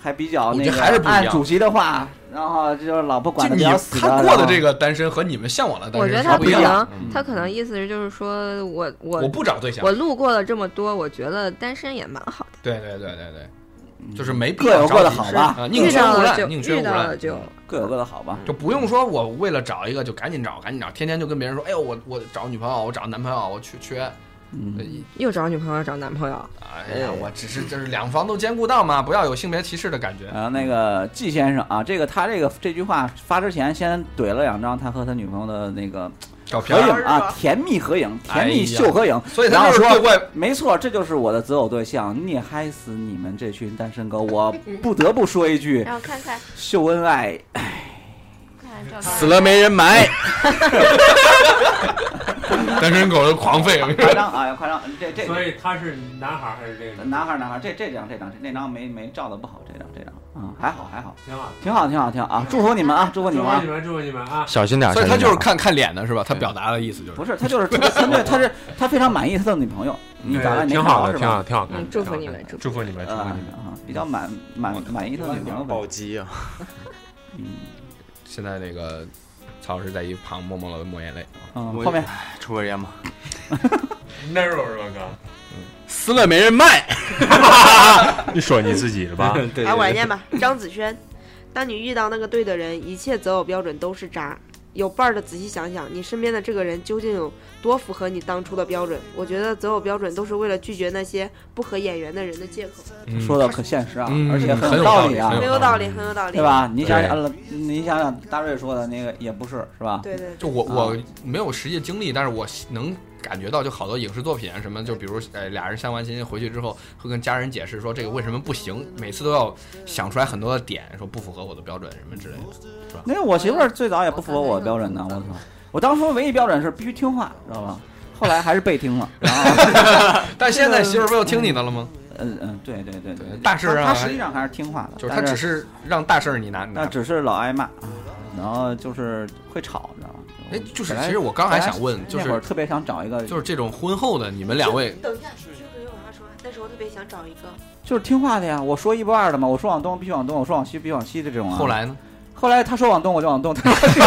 S6: 还比较
S2: 我
S6: 那
S2: 觉
S6: 个
S2: 得还是不一样
S6: 按主席的话，然后就是老婆管
S2: 就
S6: 的
S2: 你
S6: 比较死的，
S2: 他过的
S6: 然后
S2: 这个单身和你们向往的单
S8: 我
S2: 身
S8: 觉得
S2: 是
S8: 他
S2: 不
S8: 可
S2: 一样。
S8: 能
S2: 嗯
S8: 他可能意思是就是说我我
S2: 我不找对象
S8: 我，路过了这么多，我觉得单身也蛮好的，
S2: 对对对对对，就是没必
S6: 嗯各
S2: 要
S6: 有各
S2: 着
S6: 的
S2: 急
S6: 好吧
S2: 啊，宁
S8: 遇
S2: 缺
S8: 到
S2: 毋
S8: 了就
S2: 滥，宁缺
S8: 遇
S2: 毋
S8: 到
S2: 滥。
S8: 了
S2: 嗯
S8: 就
S6: 各有各的好吧。
S2: 就不用说，我为了找一个就赶紧找，赶紧找，天天就跟别人说，哎呦，我我找女朋友，我找男朋友，我缺缺，
S6: 嗯，
S8: 又找女朋友找男朋友，
S2: 哎呀，我只是就是两方都兼顾到嘛，不要有性别歧视的感觉。
S6: 然后那个季先生啊，这个他这个这句话发之前，先怼了两张他和他女朋友的那个
S2: 照片
S6: 合
S2: 儿，
S6: 影啊，甜蜜合影，甜
S4: 哎
S6: 蜜秀合影。
S2: 所以
S6: 然
S2: 他
S6: 后
S2: 就是对
S6: 说，
S2: 外
S6: 没错，这就是我的择偶对象，你嗨死你们这群单身狗！我不得不说一句，
S3: 让我看看，
S6: 秀恩爱，
S3: 看看照片。
S5: 死了没人埋，
S2: 单身狗的狂 吠，
S6: 夸张啊，夸张，这这
S9: 所以他是男孩还是这个？
S6: 男孩儿男孩儿，这这张这张那张没没照的不好，这张这张啊、还好还好，
S9: 挺好。
S6: 挺好挺好挺好啊！祝福你们啊，祝福
S9: 祝
S6: 你们
S9: 福
S6: 啊
S9: 你！们，祝福你们啊！
S5: 小心点儿。
S2: 所以
S5: 小
S2: 他
S5: 心
S2: 就
S5: 点儿
S2: 是看看脸的是吧？他表达的意思就是
S6: 不是他就是他对他是他非常满意他的女朋友，你
S4: 对
S6: 咋了？你没
S4: 挺
S6: 看着
S4: 好的，
S6: 是
S4: 挺好，
S6: 吧？
S4: 挺好
S8: 嗯
S4: 看。，
S8: 祝福你们，祝福
S4: 祝福你们，祝
S6: 呃
S4: 福
S6: 啊
S4: 你们。，
S6: 比较满满满意他的
S5: 嗯
S6: 女朋友吧。
S5: 击啊！
S2: 现在那个曹老师在一旁默默的抹眼泪。
S6: 嗯，
S5: 我
S6: 后面
S5: 哎抽根烟吧。
S9: narrow 是吧哥？
S5: 撕了没人卖，
S4: 你说你自己的
S6: 嗯
S4: 吧，
S5: 对
S7: 来我来念啊吧。 张子萱，当你遇到那个对的人，一切择偶标准都是
S4: 啊
S7: 渣。有伴儿的，仔细想想，你身边的这个人究竟有多符合你当初的标准？我觉得择偶标准都是为了拒绝那些不合眼缘的人的借口。
S2: 嗯
S6: 说的可现实啊，
S2: 嗯
S6: 而且
S2: 很有
S6: 有
S2: 道
S6: 道
S2: 理
S6: 啊
S2: 很，
S7: 很
S2: 有
S7: 有道理，很有道理，
S6: 对？吧？你
S2: 嗯
S6: 想
S2: 对
S6: 想，呃你想想大瑞说的那个也不是，是吧？
S7: 对对对，
S2: 就我我没有实际经历，但是我能感觉到，就好多影视作品什么，就比如呃俩人相完亲回去之后，会跟家人解释说这个为什么不行，每次都要想出来很多的点，说不符合我的标准什么之类的。
S6: 那个我媳妇儿最早也不符合我的标准呢，我操！我当初唯一标准是必须听话，知道吧？后来还是被 听了，然后。
S2: 但现在媳妇儿不又听你的了吗？
S6: 嗯嗯，对对对对，
S2: 大事儿啊
S6: 他他实际上还是听话的，
S2: 就是
S6: 但
S2: 他只
S6: 是
S2: 是让大事儿你拿你
S6: 那
S2: 拿。
S6: 只是老挨骂，啊然后就是会吵，你知道吗？
S2: 哎，就是
S6: 本来
S2: 其实我刚还想问，就
S6: 那会儿
S2: 是
S6: 特别想找一个，
S2: 就是这种婚后的你们两位，
S7: 等一下，是不是有啥说？那时候特别想找一个，
S6: 就是听话的呀，我说一不二的嘛，我说往东必须往东，我说往西必须往西的这种啊。
S2: 后来呢？
S6: 后来他说往东我就往东，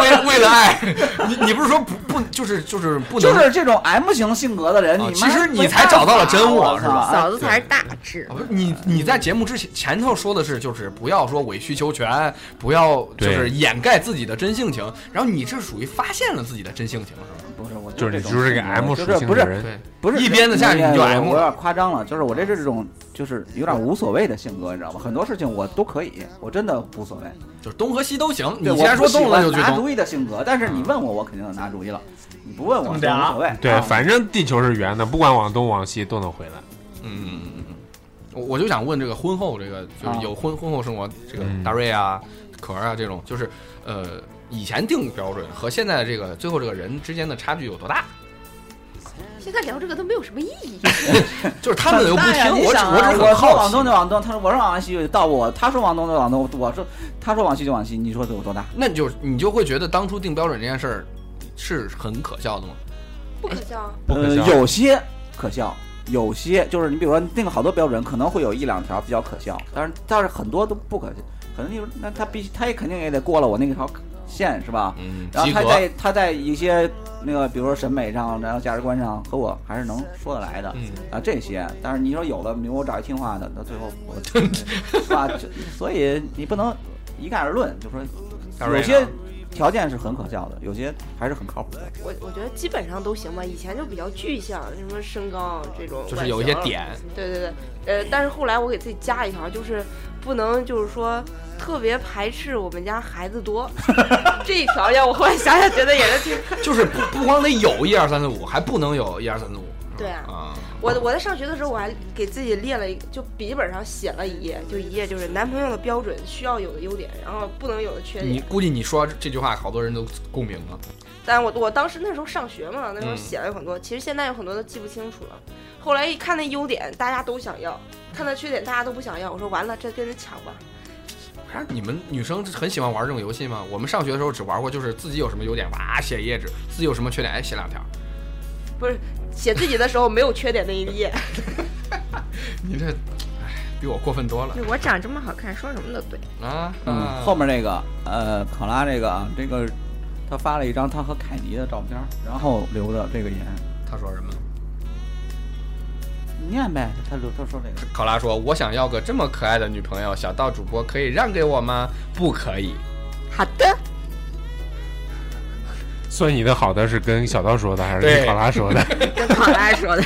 S2: 为为了爱，你你不是说不不就是就是不能
S6: 就是这种 M 型性格的人，
S2: 哦
S6: 你
S2: 其实
S6: 妈
S2: 你才找到了真我是吧
S8: 嫂子才是大智
S4: 哦
S2: 啊，不是你
S6: 嗯
S2: 你在节目之前前头说的是，就是不要说委曲求全，不要就是掩盖自己的真性情，然后你这属于发现了自己的真性情，是吧？
S6: 哎不是我
S4: 就是
S6: 这
S4: 你
S6: 种
S4: 就是个
S6: 性格
S4: M
S6: 就
S4: 属
S6: 是
S4: 性
S6: 不
S4: 的
S6: 是
S4: 人，
S2: 对，
S6: 不是
S2: 一鞭子下去你就
S6: 我
S2: M 了嗯
S6: 我有点夸张了，就是我这是这种就是有点无所谓的性格，你知道吗？很多事情我都可以，我真的无所谓。
S2: 就是东和西都行。你
S6: 对
S2: 既然说动了
S6: 我
S2: 就
S6: 不
S2: 去
S6: 喜欢拿
S2: 动，
S6: 主意的性格，但是你问我，我肯定拿主意了。你不问我，
S9: 这么
S6: 无所谓。
S4: 对，
S6: 啊
S4: 反正地球是圆的，不管往东往西都能回来。
S2: 嗯嗯嗯嗯嗯，我我就想问这个婚后这个就是
S6: 啊
S2: 有婚婚后生活这个
S4: 嗯
S2: 大瑞啊、可儿啊这种，就是呃以前定标准和现在这个最后这个人之间的差距有多大？
S3: 现在聊这个都没有什么意义。
S2: 就是他们又不
S6: 那呀
S2: 听，
S6: 你
S2: 我只
S6: 想啊
S2: 只
S6: 我
S2: 很
S6: 说往
S2: 好
S6: 东
S2: 奇。
S6: 就往东，他说我说往西就到我，他说往东就往东，我说他说往西就往西，你说这有多大？
S2: 那你就你就会觉得当初定标准这件事儿是很可笑的吗？哎
S7: 不可笑啊。
S4: 不可
S6: 呃，
S4: 笑
S6: 有些可笑，有些就是你比如说定好多标准，可能会有一两条比较可笑，但是但是很多都不可笑，可能就是那他必须他也肯定也得过了我那条线是吧？
S2: 嗯，
S6: 然后
S2: 及
S6: 他
S2: 格。
S6: 在他在一些那个比如说审美上，然后价值观上和我还是能说得来的。
S2: 嗯，
S6: 啊，这些，但是你说有的，比如我找一听话的，到最后我， 是吧？就所以你不能一概而论，就说
S2: 大瑞
S6: 有
S2: 呢
S6: 些条件是很可笑的，有些还是很靠谱的。
S7: 我我觉得基本上都行吧，以前就比较具象，什么身高这种，
S2: 就是有一些。点，
S7: 对对对，呃，但是后来我给自己加一条，就是不能就是说特别排斥我们家孩子多这一条件，我后来想想觉得也是挺。
S2: 就是不不光得有一二三四五，还不能有一二三四五。
S7: 对啊
S2: 啊，
S7: 我我在上学的时候，我还给自己列了一，就笔记本上写了一页，就一页就是男朋友的标准需要有的优点，然后不能有的缺
S2: 你
S7: 点。
S2: 估计你说这句话，好多人都共鸣了。
S7: 但我我当时那时候上学嘛，那时候
S2: 嗯
S7: 写了有很多，其实现在有很多都记不清楚了。后来一看那优点，大家都想要；看那缺点，大家都不想要。我说完了，这跟人抢吧。
S2: 不是哎你们女生很喜欢玩这种游戏吗？我们上学的时候只玩过，就是自己有什么优点，哇写一页纸；自己有什么缺点，哎写两条。
S7: 不是写自己的时候没有缺点那一页，
S2: 你这，哎，比我过分多了
S8: 对我长这么好看，说什么都对。
S2: 啊！
S6: 嗯，后面这个呃，考拉这个啊这个，他发了一张他和凯尼的照片，然后留的这个言，
S2: 他说什么？
S6: 你念呗。他留他说这个，
S2: 考拉说：“我想要个这么可爱的女朋友，小道主播可以让给我吗？不可以。
S7: 好 的，
S4: 所以你的好的是跟小道说的，还是
S2: 对
S4: 跟考拉说的？
S8: 跟考拉说的，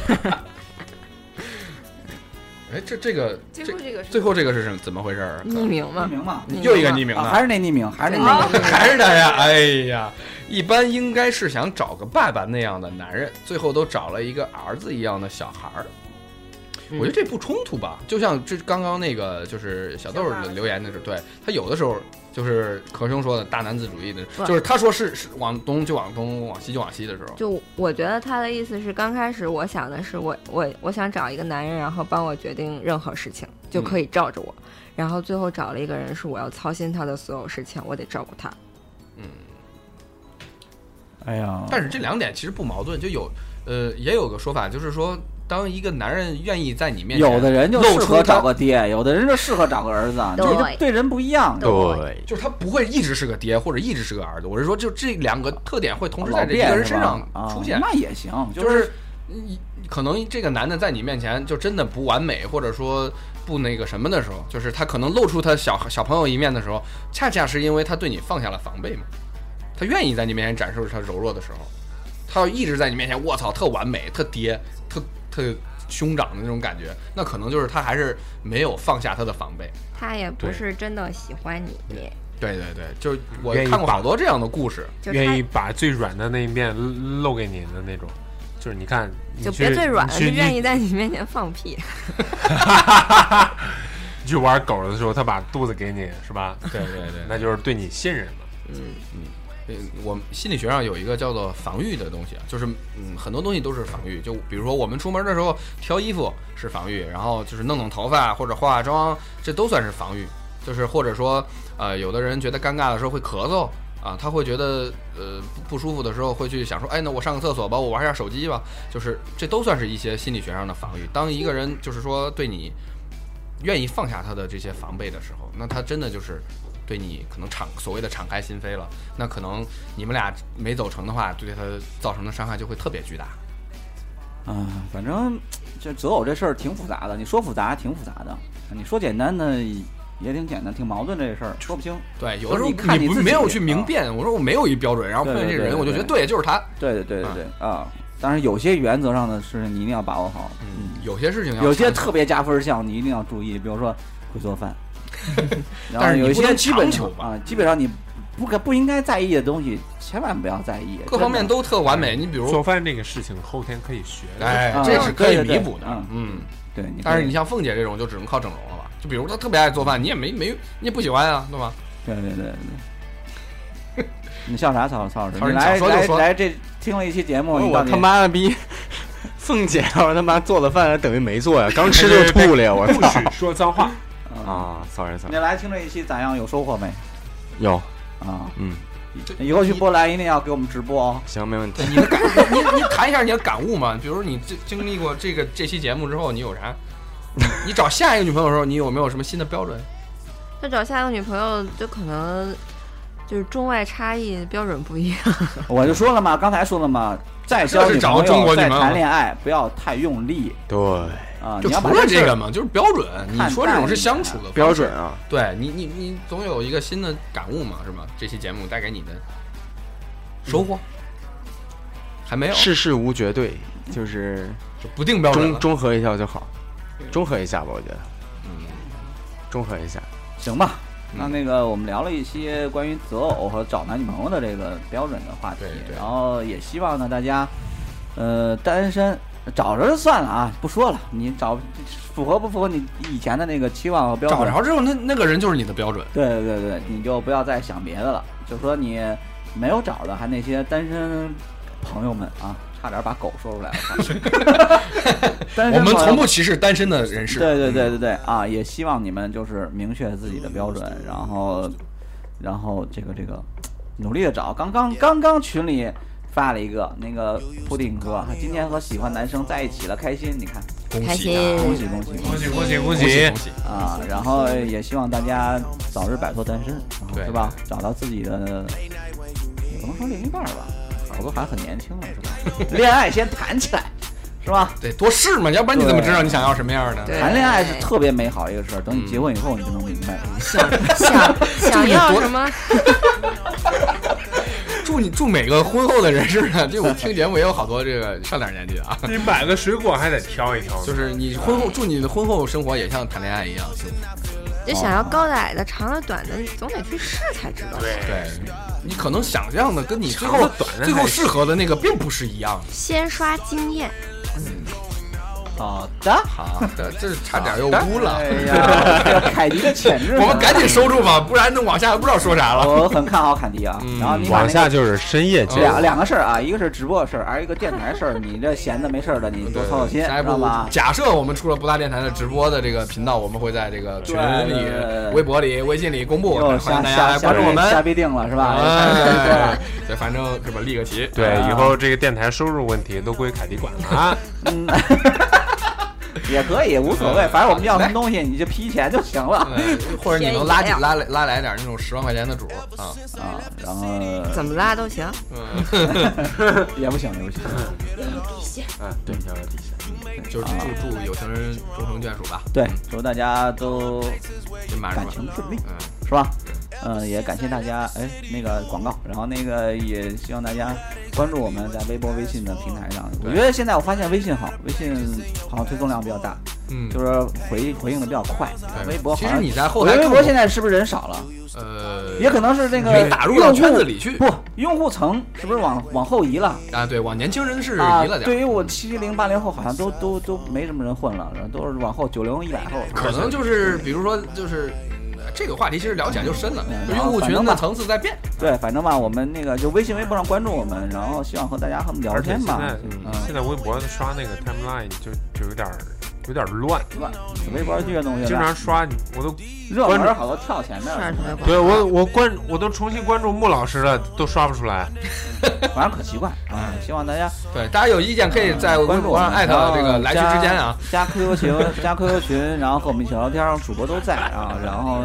S2: 哎，这这个
S7: 最
S2: 这
S7: 后这 个是
S2: 最后这个是什么怎么回事儿啊？
S8: 匿名
S6: 匿
S8: 嘛，
S4: 哦
S6: 名嘛，
S2: 又一个匿名的，
S6: 啊，还是那匿名，还是那
S8: 啊
S6: 匿 名。
S2: 还是他呀！哎呀，一般应该是想找个爸爸那样的男人，最后都找了一个儿子一样的小孩儿。我觉得这不冲突吧？就像这刚刚那个，就是小豆儿的留言那是对他有的时候就是可兄说的大男子主义的，
S8: 不
S2: 就是他说是是往东就往东，往西就往西的时候，
S8: 就我觉得他的意思是，刚开始我想的是我我我想找一个男人，然后帮我决定任何事情，就可以罩着
S4: 嗯
S8: 我。然后最后找了一个人，是我要操心他的所有事情，我得照顾他。
S2: 嗯。
S6: 哎呀，
S2: 但是这两点其实不矛盾，就有呃也有个说法，就是说当一个男人愿意在你面前
S6: 有的人就
S2: 露出
S6: 适合
S2: 他
S6: 找个爹，有的人就适合找个儿子，你
S8: 对
S6: 这对人不一样。
S5: 对，
S2: 就是他不会一直是个爹，或者一直是个儿子。我是说，就这两个特点会同时在这一
S6: 变
S2: 个
S6: 是
S2: 人身上
S6: 吧啊
S2: 出现，
S6: 那也行，
S2: 就是是你可能这个男的在你面前就真的不完美，或者说不那个什么的时候，就是他可能露出他小小朋友一面的时候，恰恰是因为他对你放下了防备嘛，他愿意在你面前展示他柔弱的时候，他要一直在你面前，我操，特完美，特爹，特特兄长的那种感觉，那可能就是他还是没有放下他的防备。
S8: 他也不
S4: 对
S8: 是真的喜欢你，
S2: 对对对，就是我
S4: 愿意
S2: 看过
S4: 把
S2: 好多这样的故事。
S8: 就
S4: 愿意
S8: 他
S4: 把最软的那一面露给你的那种，就是你看，你
S8: 就
S4: 去
S8: 别最软
S4: 你
S8: 了，就
S4: 去
S8: 愿意在你面前放屁。
S4: 你去玩狗的时候，他把肚子给你是吧？
S2: 对对对，
S4: 那就是对你信任了。
S2: 呃，我们心理学上有一个叫做防御的东西啊，就是嗯，很多东西都是防御。就比如说我们出门的时候挑衣服是防御，然后就是弄弄头发或者化化妆，这都算是防御。就是或者说，呃，有的人觉得尴尬的时候会咳嗽啊，他会觉得呃不不舒服的时候会去想说，哎，那我上个厕所吧，我玩一下手机吧，就是这都算是一些心理学上的防御。当一个人就是说对你愿意放下他的这些防备的时候，那他真的就是对你可能敞所谓的敞开心扉了。那可能你们俩没走成的话，对他造成的伤害就会特别巨大。
S6: 啊，反正这择偶这事儿挺复杂的，你说复杂挺复杂的，你说简单呢也挺简单，挺矛盾这事儿说不清。
S2: 对，有
S6: 就
S2: 的
S6: 是
S2: 时候
S6: 你看你
S2: 不
S6: 自己
S2: 没有去
S6: 啊
S2: 明辨，我说我没有一标准，然后碰见这个人，我就觉得对，就是他。
S6: 对对对对对啊，当然有些原则上的事情你一定要把握好，
S2: 嗯，有些事情要
S6: 有些
S2: 强
S6: 特别加分项你一定要注意，比如说会 做饭，然
S2: 但
S6: 后
S2: 是你
S6: 有一
S2: 不
S6: 些
S2: 能
S6: 基本
S2: 强求
S6: 上
S2: 吧
S6: 啊，基本上你不可不应该在意的东西，千万不要在意，
S2: 各方面
S6: 真的
S2: 都特完美。你比
S4: 做
S2: 如，
S4: 饭这个事情后天可以学的，
S2: 哎
S6: 啊，
S2: 这是可以
S6: 对对
S2: 弥
S6: 对
S2: 补的
S6: 嗯。
S2: 嗯，
S6: 对，你
S2: 但
S6: 可
S2: 是
S6: 以
S2: 你像凤姐这种，就只能靠整容了吧？就比如她特别爱做饭，你也没没你也不喜欢啊，对吧？
S6: 对对对对。 你笑啥，曹曹老师？
S2: 曹老
S6: 你
S2: 师
S6: 来
S2: 你想说就
S6: 来
S2: 说
S6: 来，这听了一期节目，你
S5: 我
S6: 到底
S5: 他妈的逼，凤姐要是他妈做了饭，等于没做呀，刚吃就吐了呀，我
S4: 不
S5: 操！
S4: 许说脏话。
S6: 啊
S5: 啊，sorry
S6: 你
S5: sorry，
S6: 来听这一期咋样？有收获没？
S5: 有，
S6: 啊，
S5: 嗯，
S6: 以后去波兰一定要给我们直播哦。
S5: 行，没问题。
S2: 你的感，你你谈一下你的感悟嘛？比如你这经历过这个这期节目之后，你有啥？你找下一个女朋友的时候，你有没有什么新的标准？
S8: 就找下一个女朋友，就可能就是中外差异标准不一样。
S6: 我就说了嘛，刚才说了嘛，再交
S2: 这
S6: 女
S2: 是找
S6: 朋
S2: 中
S6: 友
S2: 国女
S6: 再
S2: 朋友
S6: 谈恋爱不要太用力
S5: 对，
S6: 啊、
S2: 就
S6: 你要把
S2: 除了
S6: 这事
S2: 这
S6: 儿
S2: 个嘛，就是标准。你
S6: 看
S2: 说这种
S6: 待
S2: 是
S6: 一
S2: 相
S6: 下
S2: 处的
S5: 标
S2: 方式
S5: 准啊，
S2: 对你，你你总有一个新的感悟嘛，是吧？这期节目带给你的
S6: 嗯
S2: 收获、还没有，
S5: 世事无绝对，就是
S2: 就不定标准
S5: 中
S2: 了。
S5: 中和一下就好，中和一下吧，我觉得
S2: 嗯，
S5: 中和一下。啊
S6: 行吧。那
S2: 嗯
S6: 那个，我们聊了一些关于择偶和找男女朋友的这个标准的话题
S2: 对，对
S6: 然后也希望呢大家，呃，单身找着就算了啊，不说了，你找符合不符合你以前的那个期望和标准？
S2: 找着之后，那那个人就是你的标准。
S6: 对对对，你就不要再想别的了，就说你没有找的，还那些单身朋友们啊，差点把狗说出来了。
S2: 我
S6: 单身朋友
S2: 们从不歧视单身的人士。
S6: 对对对对对啊，也希望你们就是明确自己的标准，然后，然后这个这个努力的找。刚刚刚刚群里发了一个那个布丁哥，今天和喜欢男生在一起了，开心，你看，
S2: 恭
S8: 开
S2: 喜啊
S8: 心，
S6: 恭喜恭喜恭
S9: 恭
S6: 喜
S9: 喜恭喜恭
S2: 恭
S9: 喜！
S2: 喜恭喜！
S6: 啊！然后也希望大家早日摆脱单身，然后
S2: 对
S6: 是吧？找到自己的，也不能说另一半儿吧，好多还很年轻呢，是吧？ 恋爱先谈起来，是吧？
S2: 得多试嘛，要不然你怎么知道你想要什么样的？
S8: 对
S6: 谈恋爱是特别美好一个事儿，等你结婚以后你就能明白。
S8: 想想想要什么？
S2: 祝你祝每个婚后的人士呢，就我听节目也有好多这个上点年纪的啊，
S4: 你买个水果还得挑一挑呢，
S2: 就是你婚后祝你的婚后生活也像谈恋爱一样幸福。
S8: 就想要高的、矮的、长的、短的，你总得去试才知道。
S2: 对，你可能想象的跟你最
S4: 长
S2: 后
S4: 的短的
S2: 最后
S4: 还
S2: 适合的那个并不是一样的。
S8: 先刷经验，
S2: 嗯
S6: 好的。
S2: 好的，这差点又污了。
S6: 哎呀， 这个凯迪的潜质 呢，
S2: 我们赶紧收住吧，不然能往下不知道说啥了。
S6: 我很看好凯迪啊。
S2: 嗯
S6: 然后你把
S4: 往
S6: 那
S4: 下就是深夜
S6: 个
S4: 节目
S6: 两两个事儿啊，一个是直播的事儿，还有一个电台事儿。你这闲的没事儿的，你多操操心，
S2: 下一
S6: 知道
S2: 步
S6: 吧，？
S2: 假设我们出了不大电台的直播的这个频道，我们会在这个群
S6: 对对
S2: 里
S6: 对对、
S2: 微博里、微信里公布，欢
S6: 又
S2: 迎
S6: 瞎
S2: 大家来
S6: 瞎瞎
S2: 关注我
S6: 必瞎
S2: 们。
S6: 必定了是吧？
S2: 哎，对，反正是吧，立个旗。
S4: 对，以后这个电台收入问题都归凯迪管了啊。
S6: 嗯， 也可以，无所
S2: 嗯
S6: 谓，反正我们要什么东西你就批钱就行了
S2: 对或者你能拉几拉来拉来点那种十万块钱的主啊，
S6: 啊。然后
S8: 怎么拉都行。
S6: 也不行，也不行。
S5: 嗯，对，要底线。
S2: 就祝
S6: 啊
S2: 祝有情人终成眷属吧，
S6: 对，祝大家都
S2: 金马是
S6: 感
S2: 吧？
S6: 情顺利。
S2: 嗯，
S6: 是吧？嗯，也感谢大家，哎，那个广告，然后那个也希望大家关注我们在微博、微信的平台上。我觉得现在我发现微信好，微信好像推送量比较大，
S2: 嗯
S6: 就是回回应的比较快。微博好
S2: 其实
S6: 像，
S2: 你在后
S6: 我
S2: 台
S6: 觉得微博
S2: 看
S6: 现在是不是人少了？
S2: 过呃，
S6: 也可能是那个
S2: 没打入到
S6: 用户
S2: 圈子里去
S6: 不，用户层是不是往往后移了？
S2: 啊，对，往年轻人是
S6: 啊
S2: 移了，点
S6: 对
S2: 儿，
S6: 于我七零八零后，好像都都都没什么人混了，然后都是往后九零一百后。
S2: 可能就是比如说就是呃这个话题其实聊起来就深了
S6: 嗯，
S2: 就用户
S6: 反
S2: 群
S6: 正
S2: 的
S6: 吧
S2: 层次在变。
S6: 对，反正吧，我们那个就微信、微博上关注我们，然后希望和大家和我们聊
S4: 而且
S6: 天
S4: 现
S6: 吧。
S4: 在
S6: 嗯，
S4: 现在微博刷那个 timeline 就就有点儿有点儿乱，
S6: 乱，微博越弄越
S4: 经
S6: 乱
S4: 常，刷我都
S6: 热门儿好多跳前面儿什么的，
S4: 对嗯我我关我都重新关注穆老师了，都刷不出 来。
S6: 反正可奇怪啊！希望大家
S2: 对，大家有意见可以在微
S6: 关注我
S2: 博上
S6: 们，
S2: 艾特这哎个来去之间啊，
S6: 加加 QQ 群，加 QQ 群，然后和我们一起聊天儿，主播都在啊，然后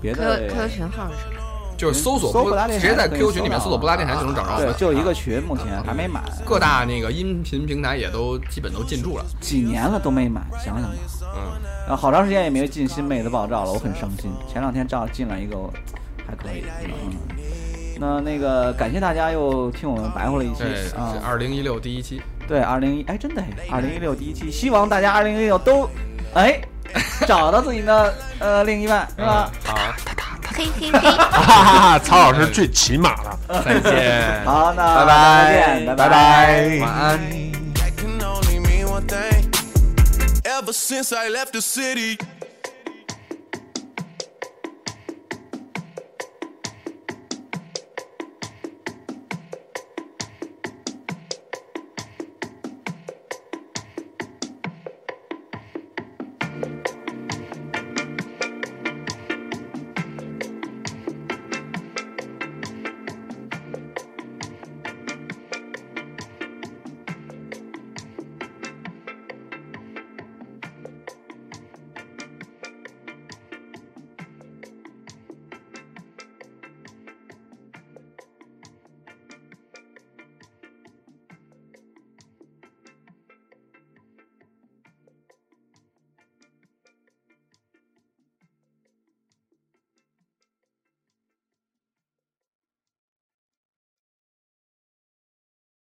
S6: 别
S8: QQ
S6: 的
S8: QQ 群号是什么？
S2: 就是搜索
S6: 嗯搜
S2: 不
S6: 不搭
S2: 直
S6: 电台
S2: 接在
S6: 可以
S2: QQ 群里面
S6: 搜
S2: 搜
S6: 到
S2: 索不搭电台就能
S4: 啊
S2: 找着我
S6: 对
S2: 们。，
S6: 就一个群，目前还没满，
S2: 各大那个音频平台也都基本都进驻了，
S6: 几年了都没满，想想吧。
S2: 嗯，
S6: 啊，好长时间也没有进新妹子爆照了，我很伤心。前两天照进了一个，还可以。嗯，那那个感谢大家又听我们白活了一期
S2: 对，
S6: 啊
S2: 这，二零一六第一期，
S6: 对，二零一哎，真的二零一六第一期，希望大家二零一六都哎找到自己的呃另一半是吧？
S4: 嗯
S2: 好，
S8: 嘿嘿嘿。
S4: 哈哈哈！曹老师最起码了。
S2: 再见，
S6: 好，那
S4: 拜拜
S6: 再见，
S4: 拜拜
S2: 晚安。
S10: That can only mean one thing. Ever since I left the city,